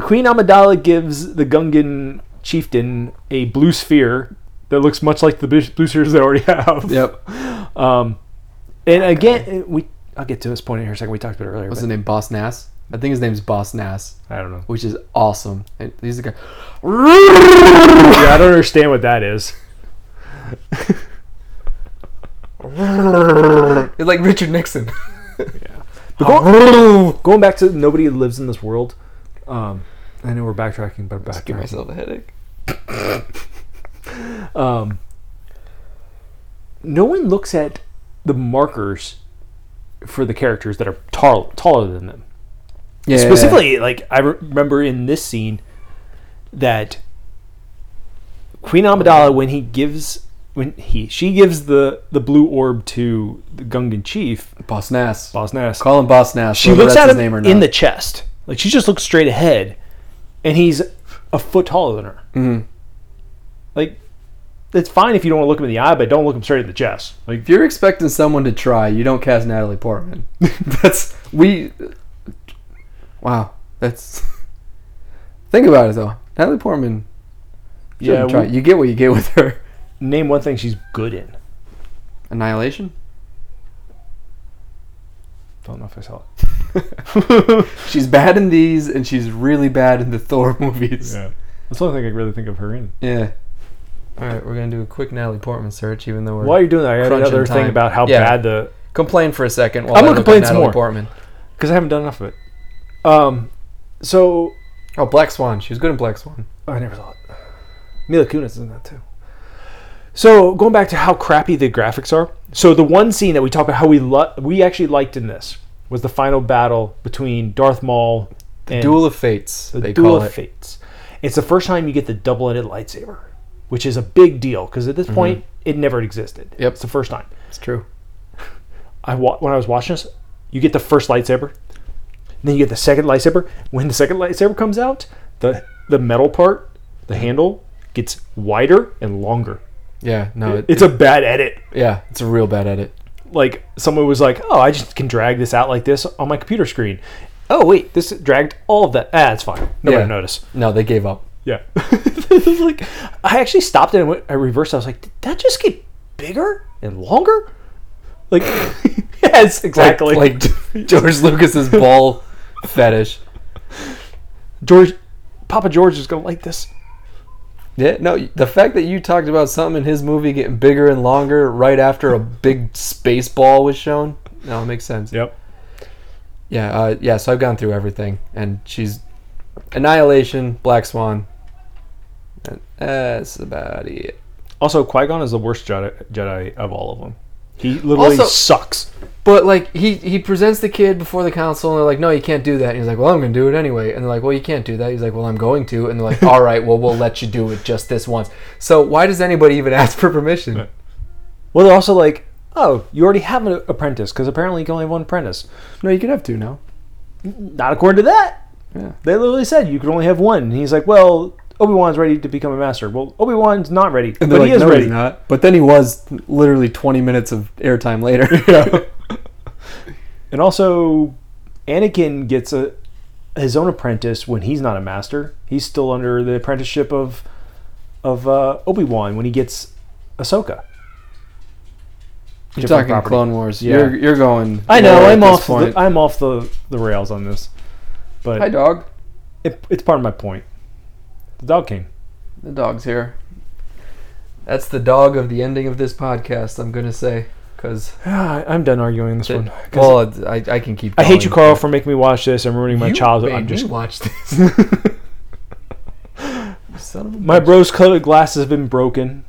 Speaker 2: Queen Amidala gives the Gungan chieftain a blue sphere that looks much like the bis- blue spheres they already have.
Speaker 1: Yep.
Speaker 2: Um, and again, we I'll get to this point in here in a second. We talked about it earlier.
Speaker 1: What's
Speaker 2: but-
Speaker 1: his name? Boss Nass. I think his name's Boss Nass,
Speaker 2: I don't know.
Speaker 1: which is awesome. And he's the guy.
Speaker 2: Yeah, I don't understand what that is.
Speaker 1: It's like Richard Nixon.
Speaker 2: But go- going back to nobody lives in this world. Um, I know we're backtracking, but
Speaker 1: Give
Speaker 2: backtracking.
Speaker 1: myself a headache.
Speaker 2: Um, no one looks at the markers for the characters that are tall, taller than them.
Speaker 1: Yeah.
Speaker 2: Specifically, like I re- remember in this scene that Queen Amidala, when he gives when he she gives the the blue orb to the Gungan chief,
Speaker 1: Boss Nass.
Speaker 2: Boss Nass.
Speaker 1: Call him Boss Nass.
Speaker 2: She
Speaker 1: whether
Speaker 2: looks
Speaker 1: that's his
Speaker 2: at him
Speaker 1: name or
Speaker 2: in
Speaker 1: not.
Speaker 2: the chest. Like she just looks straight ahead, and he's a foot taller than her.
Speaker 1: Mhm.
Speaker 2: Like it's fine if you don't want to look him in the eye, but don't look him straight in the chest. Like
Speaker 1: If you're expecting someone to try, you don't cast Natalie Portman. that's we. Wow, that's. Think about it though, Natalie Portman.
Speaker 2: Yeah,
Speaker 1: Yeah, try.
Speaker 2: we-
Speaker 1: you get what you get with her.
Speaker 2: name one thing she's good in.
Speaker 1: Annihilation.
Speaker 2: Don't know if I saw it.
Speaker 1: She's bad in these, and she's really bad in the Thor movies. Yeah.
Speaker 2: yeah. That's the only thing I can really think of her in.
Speaker 1: All right, we're gonna do a quick Natalie Portman search, even though we're
Speaker 2: While you're doing that, I got
Speaker 1: Crunching
Speaker 2: another thing
Speaker 1: time.
Speaker 2: about how
Speaker 1: Yeah.
Speaker 2: bad the
Speaker 1: complain for a second. While
Speaker 2: I'm
Speaker 1: I
Speaker 2: gonna
Speaker 1: look up
Speaker 2: complain some
Speaker 1: Natalie
Speaker 2: more.
Speaker 1: Portman.
Speaker 2: because I haven't done enough of it. Um, so
Speaker 1: Oh, Black Swan. She was good in Black Swan.
Speaker 2: Oh, I never saw it. Mila Kunis is in that too. So going back to how crappy the graphics are. So the one scene that we talked about how we lo- we actually liked in this was the final battle between Darth Maul the and
Speaker 1: Duel of Fates.
Speaker 2: the
Speaker 1: they
Speaker 2: Duel
Speaker 1: call
Speaker 2: of
Speaker 1: it.
Speaker 2: Fates. It's the first time you get the double-ended lightsaber, which is a big deal because at this point it never existed.
Speaker 1: Mm-hmm. Yep.
Speaker 2: it's the first time.
Speaker 1: It's true.
Speaker 2: I wa- when I was watching this, you get the first lightsaber, then you get the second lightsaber. When the second lightsaber comes out, the the metal part, the handle gets wider and longer.
Speaker 1: Yeah, no, it,
Speaker 2: It's a bad edit.
Speaker 1: yeah, it's a real bad edit.
Speaker 2: Like someone was like, "Oh, I just can drag this out like this on my computer screen." Oh wait, this dragged all of that. Ah, it's fine. Nobody
Speaker 1: Yeah.
Speaker 2: noticed.
Speaker 1: No, they gave up.
Speaker 2: Yeah. It was like I actually stopped it and went, I reversed. it. I was like, did that just get bigger and longer? Like,
Speaker 1: Like,
Speaker 2: yes, exactly.
Speaker 1: like George Lucas's ball fetish.
Speaker 2: George, Papa George is gonna like this.
Speaker 1: Yeah, no, the fact that you talked about something in his movie getting bigger and longer right after a big space ball was shown, no, it makes sense.
Speaker 2: Yep.
Speaker 1: Yeah, uh, yeah. So I've gone through everything, and she's Annihilation, Black Swan. And that's about it.
Speaker 2: Also, Qui Gon is the worst Jedi, Jedi of all of them. He literally
Speaker 1: Also-
Speaker 2: sucks.
Speaker 1: But like he he presents the kid before the council, and they're like, "No, you can't do that." And he's like, "Well, I'm going to do it anyway." And they're like, "Well, you can't do that." He's like, "Well, I'm going to." And they're like, "All right, well, we'll let you do it just this once." So why does anybody even ask for permission?
Speaker 2: Well, they're also like, oh, you already have an apprentice because apparently you can only have one apprentice.
Speaker 1: No, you can have two now.
Speaker 2: Not according to that.
Speaker 1: Yeah.
Speaker 2: They literally said you could only have one. And he's like, well, Obi Wan's ready to become a master. Well, Obi Wan's not ready, but he is ready.
Speaker 1: not. But then he was literally 20 minutes of airtime later.
Speaker 2: And also, Anakin gets a his own apprentice when he's not a master. He's still under the apprenticeship of of uh, Obi Wan when he gets Ahsoka.
Speaker 1: You're
Speaker 2: Different
Speaker 1: talking
Speaker 2: property.
Speaker 1: Clone Wars.
Speaker 2: Yeah.
Speaker 1: You're, you're going.
Speaker 2: I know.
Speaker 1: lower at
Speaker 2: I'm
Speaker 1: this
Speaker 2: off. The,
Speaker 1: point.
Speaker 2: I'm off the, the rails on this,
Speaker 1: Hi,
Speaker 2: but
Speaker 1: dog.
Speaker 2: it, it's part of my point. The Dog King.
Speaker 1: The dog's here. That's the dog of the ending of this podcast. I'm gonna say because
Speaker 2: Ah, I'm done arguing this one. 'Cause
Speaker 1: well, it's- I, I can keep.
Speaker 2: I hate you,
Speaker 1: going.
Speaker 2: Carl, for making me watch this and ruining my
Speaker 1: You
Speaker 2: childhood.
Speaker 1: made
Speaker 2: I'm just
Speaker 1: me watch this. Son of a
Speaker 2: my
Speaker 1: bitch.
Speaker 2: bro's colored glass has been broken.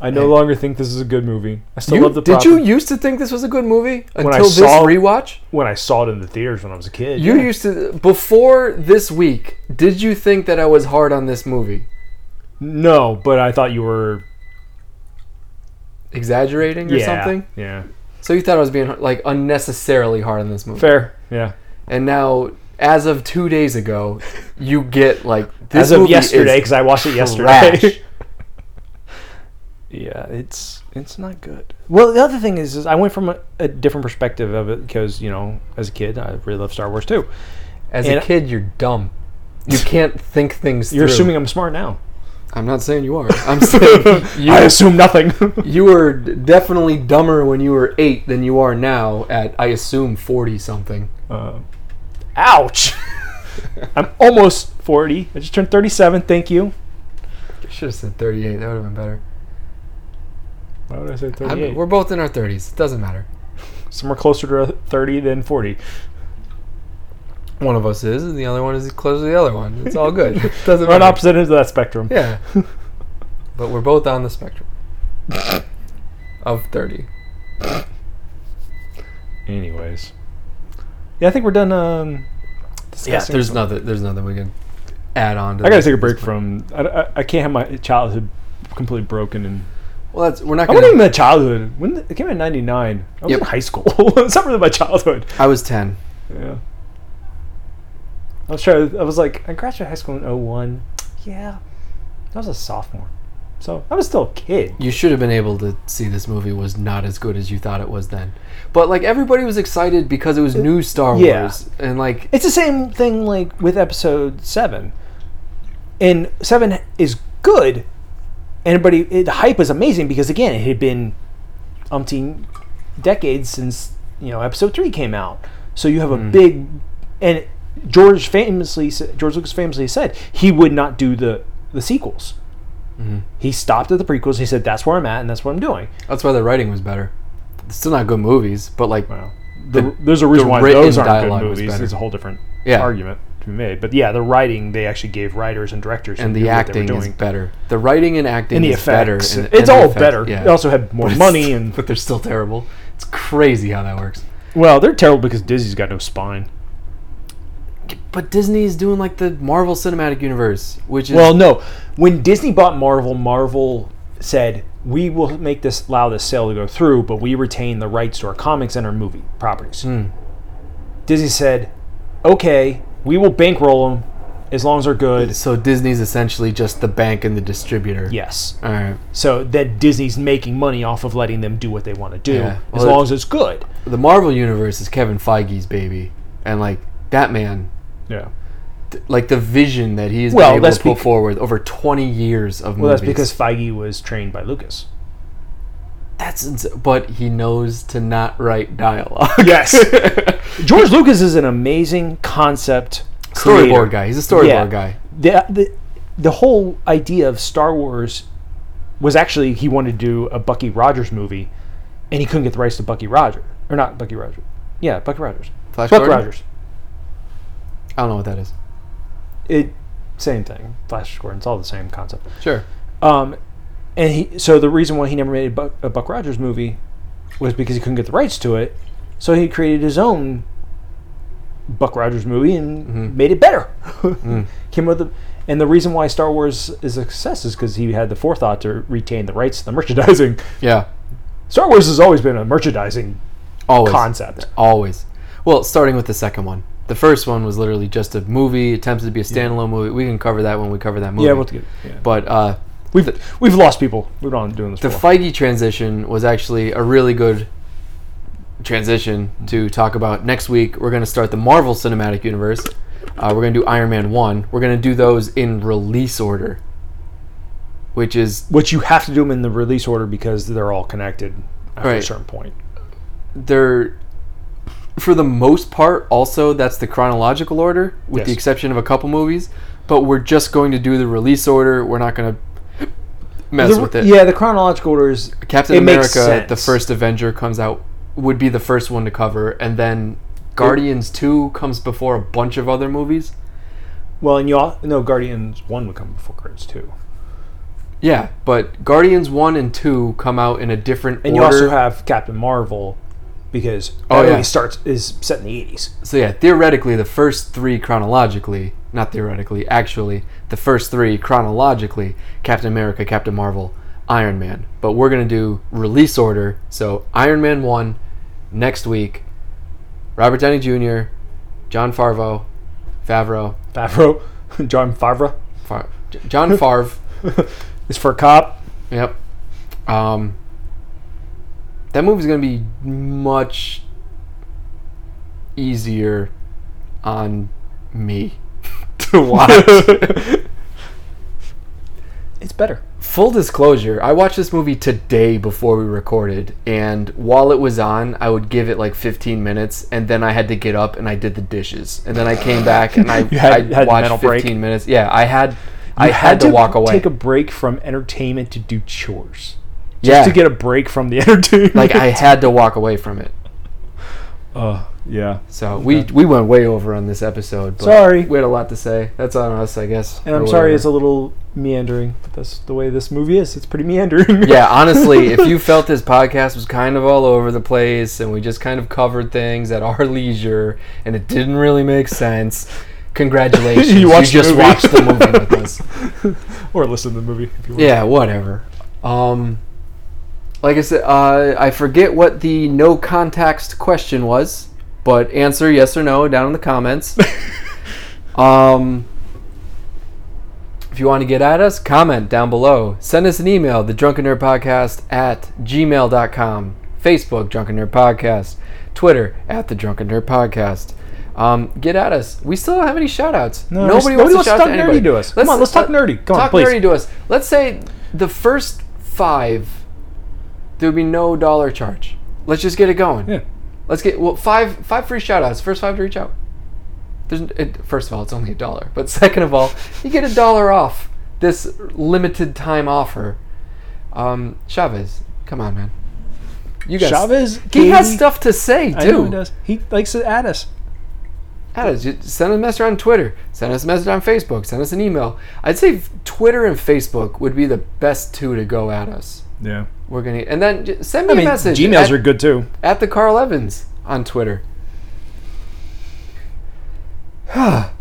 Speaker 2: I no
Speaker 1: Hey.
Speaker 2: longer think this is a good movie. I still
Speaker 1: You-
Speaker 2: love the.
Speaker 1: did
Speaker 2: proper-
Speaker 1: you used to think this was a good movie
Speaker 2: When I
Speaker 1: until this
Speaker 2: saw-
Speaker 1: rewatch?
Speaker 2: when I saw it in the theaters when I was a kid.
Speaker 1: You
Speaker 2: yeah.
Speaker 1: used to before this week. Did you think that I was hard on this movie?
Speaker 2: no, but I thought you were
Speaker 1: Exaggerating or
Speaker 2: yeah,
Speaker 1: something?
Speaker 2: Yeah,
Speaker 1: So you thought I was being like unnecessarily hard on this movie?
Speaker 2: fair. Yeah,
Speaker 1: And now, as of two days ago, you get like this
Speaker 2: as of
Speaker 1: movie
Speaker 2: yesterday
Speaker 1: is
Speaker 2: because I watched it
Speaker 1: trash.
Speaker 2: yesterday. yeah, it's it's not good. Well, the other thing is, is I went from a, a different perspective of it because you know, as a kid, I really loved Star Wars too.
Speaker 1: As
Speaker 2: And-
Speaker 1: a kid, you're dumb. You can't think things.
Speaker 2: You're
Speaker 1: through.
Speaker 2: assuming I'm smart now.
Speaker 1: I'm not saying you are. I'm saying you.
Speaker 2: I assume nothing.
Speaker 1: you were d- definitely dumber when you were eight than you are now at I assume forty something.
Speaker 2: Uh, ouch! I'm almost forty. I just turned thirty-seven. Thank you.
Speaker 1: I should have said thirty-eight. That would have been better.
Speaker 2: Why would I say
Speaker 1: I'm- we're both in our thirties. It doesn't matter.
Speaker 2: Somewhere closer to thirty than forty.
Speaker 1: One of us is, and the other one is close to the other one. It's all good. It doesn't
Speaker 2: We're on
Speaker 1: matter.
Speaker 2: opposite ends of that spectrum.
Speaker 1: Yeah. but we're both on the spectrum of 30.
Speaker 2: Anyways. Yeah, I think we're done. Um, discussing
Speaker 1: there's
Speaker 2: some-
Speaker 1: nothing there's nothing we can add on to
Speaker 2: I gotta
Speaker 1: this-
Speaker 2: take a
Speaker 1: this
Speaker 2: break
Speaker 1: point.
Speaker 2: from. I, I, I can't have my childhood completely broken. And
Speaker 1: Well, that's we're not
Speaker 2: I wasn't even
Speaker 1: going to
Speaker 2: my childhood. When did- it came out in '99, I was
Speaker 1: Yep.
Speaker 2: in high school. it's not really my childhood.
Speaker 1: I was 10.
Speaker 2: Yeah. I was trying. I was like, I graduated high school in '01. Yeah, I was a sophomore, so I was still a kid.
Speaker 1: You should have been able to see this movie was not as good as you thought it was then. But like everybody was excited because it was new Star
Speaker 2: yeah.
Speaker 1: Wars and like
Speaker 2: It's the same thing like with episode seven. And seven is good, and but it, the hype was amazing because again it had been umpteen decades since you know episode three came out. So you have a
Speaker 1: Mm.
Speaker 2: big and George famously sa- George Lucas famously said he would not do the the sequels.
Speaker 1: Mm-hmm.
Speaker 2: He stopped at the prequels. He said that's where I'm at and that's what I'm doing.
Speaker 1: that's why the writing was better. It's still not good movies, but like
Speaker 2: Well,
Speaker 1: The-
Speaker 2: the, there's a reason why
Speaker 1: written
Speaker 2: those aren't
Speaker 1: dialogue
Speaker 2: good
Speaker 1: was
Speaker 2: movies.
Speaker 1: better.
Speaker 2: There's a whole different
Speaker 1: Yeah.
Speaker 2: argument to be made. But yeah, the writing they actually gave writers and directors
Speaker 1: and the
Speaker 2: who knew what they were
Speaker 1: acting is
Speaker 2: doing.
Speaker 1: better. The writing and acting
Speaker 2: and the
Speaker 1: is
Speaker 2: effects.
Speaker 1: better. and-
Speaker 2: it's
Speaker 1: and the
Speaker 2: all
Speaker 1: effects-
Speaker 2: better.
Speaker 1: yeah.
Speaker 2: They also had more
Speaker 1: But it's-
Speaker 2: money and
Speaker 1: but they're still terrible. It's crazy how that works.
Speaker 2: well, they're terrible because Disney's got no spine.
Speaker 1: But Disney's doing like the Marvel Cinematic Universe, which is
Speaker 2: Well, no. When Disney bought Marvel, Marvel said we will make this allow this sale to go through, but we retain the rights to our comics and our movie
Speaker 1: Hmm.
Speaker 2: properties. Disney said, "Okay, we will bankroll them. as long as they're good.
Speaker 1: So Disney's essentially just the bank and the distributor.
Speaker 2: Yes.
Speaker 1: All right.
Speaker 2: So then Disney's making money off of letting them do what they want to do,
Speaker 1: Yeah.
Speaker 2: as
Speaker 1: Well,
Speaker 2: long
Speaker 1: it-
Speaker 2: as it's good.
Speaker 1: The Marvel universe is Kevin Feige's baby, and like that man,
Speaker 2: Yeah.
Speaker 1: th- like the vision that he's
Speaker 2: Well,
Speaker 1: been able
Speaker 2: that's
Speaker 1: to put
Speaker 2: bec-
Speaker 1: forward over 20 years of
Speaker 2: Well,
Speaker 1: movies.
Speaker 2: that's because Feige was trained by Lucas.
Speaker 1: that's ins- but he knows to not write dialogue.
Speaker 2: Yes. George Lucas is an amazing concept creator.
Speaker 1: storyboard guy. He's a storyboard
Speaker 2: Yeah.
Speaker 1: guy.
Speaker 2: The, the the whole idea of Star Wars was actually he wanted to do a Bucky Rogers movie, and he couldn't get the rights to Bucky Rogers or not Bucky Rogers. Yeah, Bucky Rogers.
Speaker 1: Flash
Speaker 2: Buck
Speaker 1: Gordon?
Speaker 2: Rogers.
Speaker 1: I don't know what that is.
Speaker 2: It same thing. Flash Gordon. It's all the same concept.
Speaker 1: Sure.
Speaker 2: Um, and he so the reason why he never made a Buck, a Buck Rogers movie was because he couldn't get the rights to it. So he created his own Buck Rogers movie and
Speaker 1: Mm-hmm.
Speaker 2: made it better.
Speaker 1: Mm.
Speaker 2: Came up with the, and the reason why Star Wars is a success is because he had the forethought to retain the rights to the merchandising.
Speaker 1: Yeah.
Speaker 2: Star Wars has always been a merchandising
Speaker 1: Always.
Speaker 2: concept.
Speaker 1: Always. Well, starting with the second one. The first one was literally just a movie attempted to be a standalone movie. We can cover that when we cover that movie.
Speaker 2: Yeah, we'll get, yeah.
Speaker 1: but uh,
Speaker 2: we've we've lost people. We're not doing this.
Speaker 1: the
Speaker 2: for.
Speaker 1: Feige transition was actually a really good transition to talk about. Next week, we're going to start the Marvel Cinematic Universe. Uh, we're going to do Iron Man 1. We're going to do those in release order, which is
Speaker 2: Which you have to do them in the release order because they're all connected after a
Speaker 1: Right.
Speaker 2: certain point.
Speaker 1: they're for the most part also that's the chronological order with the
Speaker 2: Yes.
Speaker 1: exception of a couple movies but we're just going to do the release order we're not going to mess
Speaker 2: The-
Speaker 1: with it
Speaker 2: Yeah, the chronological order is
Speaker 1: captain
Speaker 2: it makes
Speaker 1: america the
Speaker 2: sense.
Speaker 1: first avenger comes out would be the first one to cover and then guardians 2 comes before a bunch of other movies
Speaker 2: Well, and you all no Guardians one would come before Guardians two,
Speaker 1: yeah but guardians 1 and 2 come out in a different
Speaker 2: and
Speaker 1: order
Speaker 2: you also have Captain Marvel because that
Speaker 1: Oh, yeah.
Speaker 2: movie starts is set in the eighties.
Speaker 1: So yeah, theoretically, the first three chronologically, not theoretically, actually, the first three chronologically, Captain America, Captain Marvel, Iron Man. But we're gonna do release order. So Iron Man one next week. Robert Downey Jr., John Farvo, Favreau,
Speaker 2: Favreau, John Favreau
Speaker 1: Far- J- John Favre.
Speaker 2: is for a cop.
Speaker 1: Yep. Um, that movie's gonna be much easier on me to watch.
Speaker 2: It's better.
Speaker 1: Full disclosure, I watched this movie today before we recorded, and while it was on, I would give it like 15 minutes, and then I had to get up and I did the dishes, and then I came back and I,
Speaker 2: You had-
Speaker 1: I
Speaker 2: had the
Speaker 1: watched
Speaker 2: mental
Speaker 1: 15
Speaker 2: break.
Speaker 1: minutes. Yeah, I had I had, to, walk away.
Speaker 2: Take a break from entertainment to do chores.
Speaker 1: yeah,
Speaker 2: To get a break from the entertainment.
Speaker 1: like I had to walk away from it.
Speaker 2: uh, yeah.
Speaker 1: So we we went way over on this episode. But
Speaker 2: Sorry.
Speaker 1: we had a lot to say. That's on us, I guess.
Speaker 2: And
Speaker 1: or
Speaker 2: I'm sorry,
Speaker 1: whatever.
Speaker 2: it's a little meandering, but that's the way this movie is. It's pretty meandering.
Speaker 1: yeah, honestly, if you felt this podcast was kind of all over the place and we just kind of covered things at our leisure and it didn't really make sense, congratulations.
Speaker 2: You watched the
Speaker 1: just
Speaker 2: movie.
Speaker 1: watched the movie with us.
Speaker 2: or listen to the movie if you want.
Speaker 1: Yeah, whatever. Um, like I said, uh, I forget what the no context question was, but answer yes or no down in the comments. um, if you want to get at us, comment down below. Send us an email, the Drunken Nerd Podcast at gmail.com. Facebook, Drunken Nerd Podcast. Twitter, at the Drunken Nerd Podcast. Um, get at us. We still don't have any shout outs.
Speaker 2: No, we- nobody wants to talk nerdy to us. Come on, let's talk nerdy. Come on,
Speaker 1: talk
Speaker 2: please.
Speaker 1: nerdy to us. Let's say the first five, there would be no dollar charge. Let's just get it going.
Speaker 2: Yeah.
Speaker 1: Let's get well five five free shout outs. First five to reach out. There's, it, first of all, it's only a dollar. But second of all, you get a dollar off this limited time offer. Um, Chavez, come on, man. You guys,
Speaker 2: Chavez.
Speaker 1: he has
Speaker 2: Katie-
Speaker 1: stuff to say
Speaker 2: I know he
Speaker 1: too.
Speaker 2: does. He likes to add us.
Speaker 1: Add us. Just Send us a message on Twitter. Send us a message on Facebook. Send us an email. I'd say f- Twitter and Facebook would be the best two to go at us.
Speaker 2: Yeah.
Speaker 1: We're gonna and then j- send me
Speaker 2: I mean,
Speaker 1: a message.
Speaker 2: Gmails
Speaker 1: at-
Speaker 2: are good too.
Speaker 1: at the Carl Evans on Twitter. I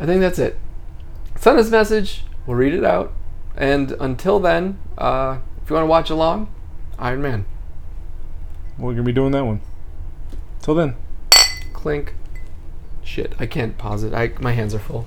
Speaker 1: think that's it. Send us a message. We'll read it out. And until then, uh, if you want to watch along, Iron Man.
Speaker 2: We're gonna be doing that one. Till then.
Speaker 1: Clink. Shh. Shit, I can't pause it. I my hands are full.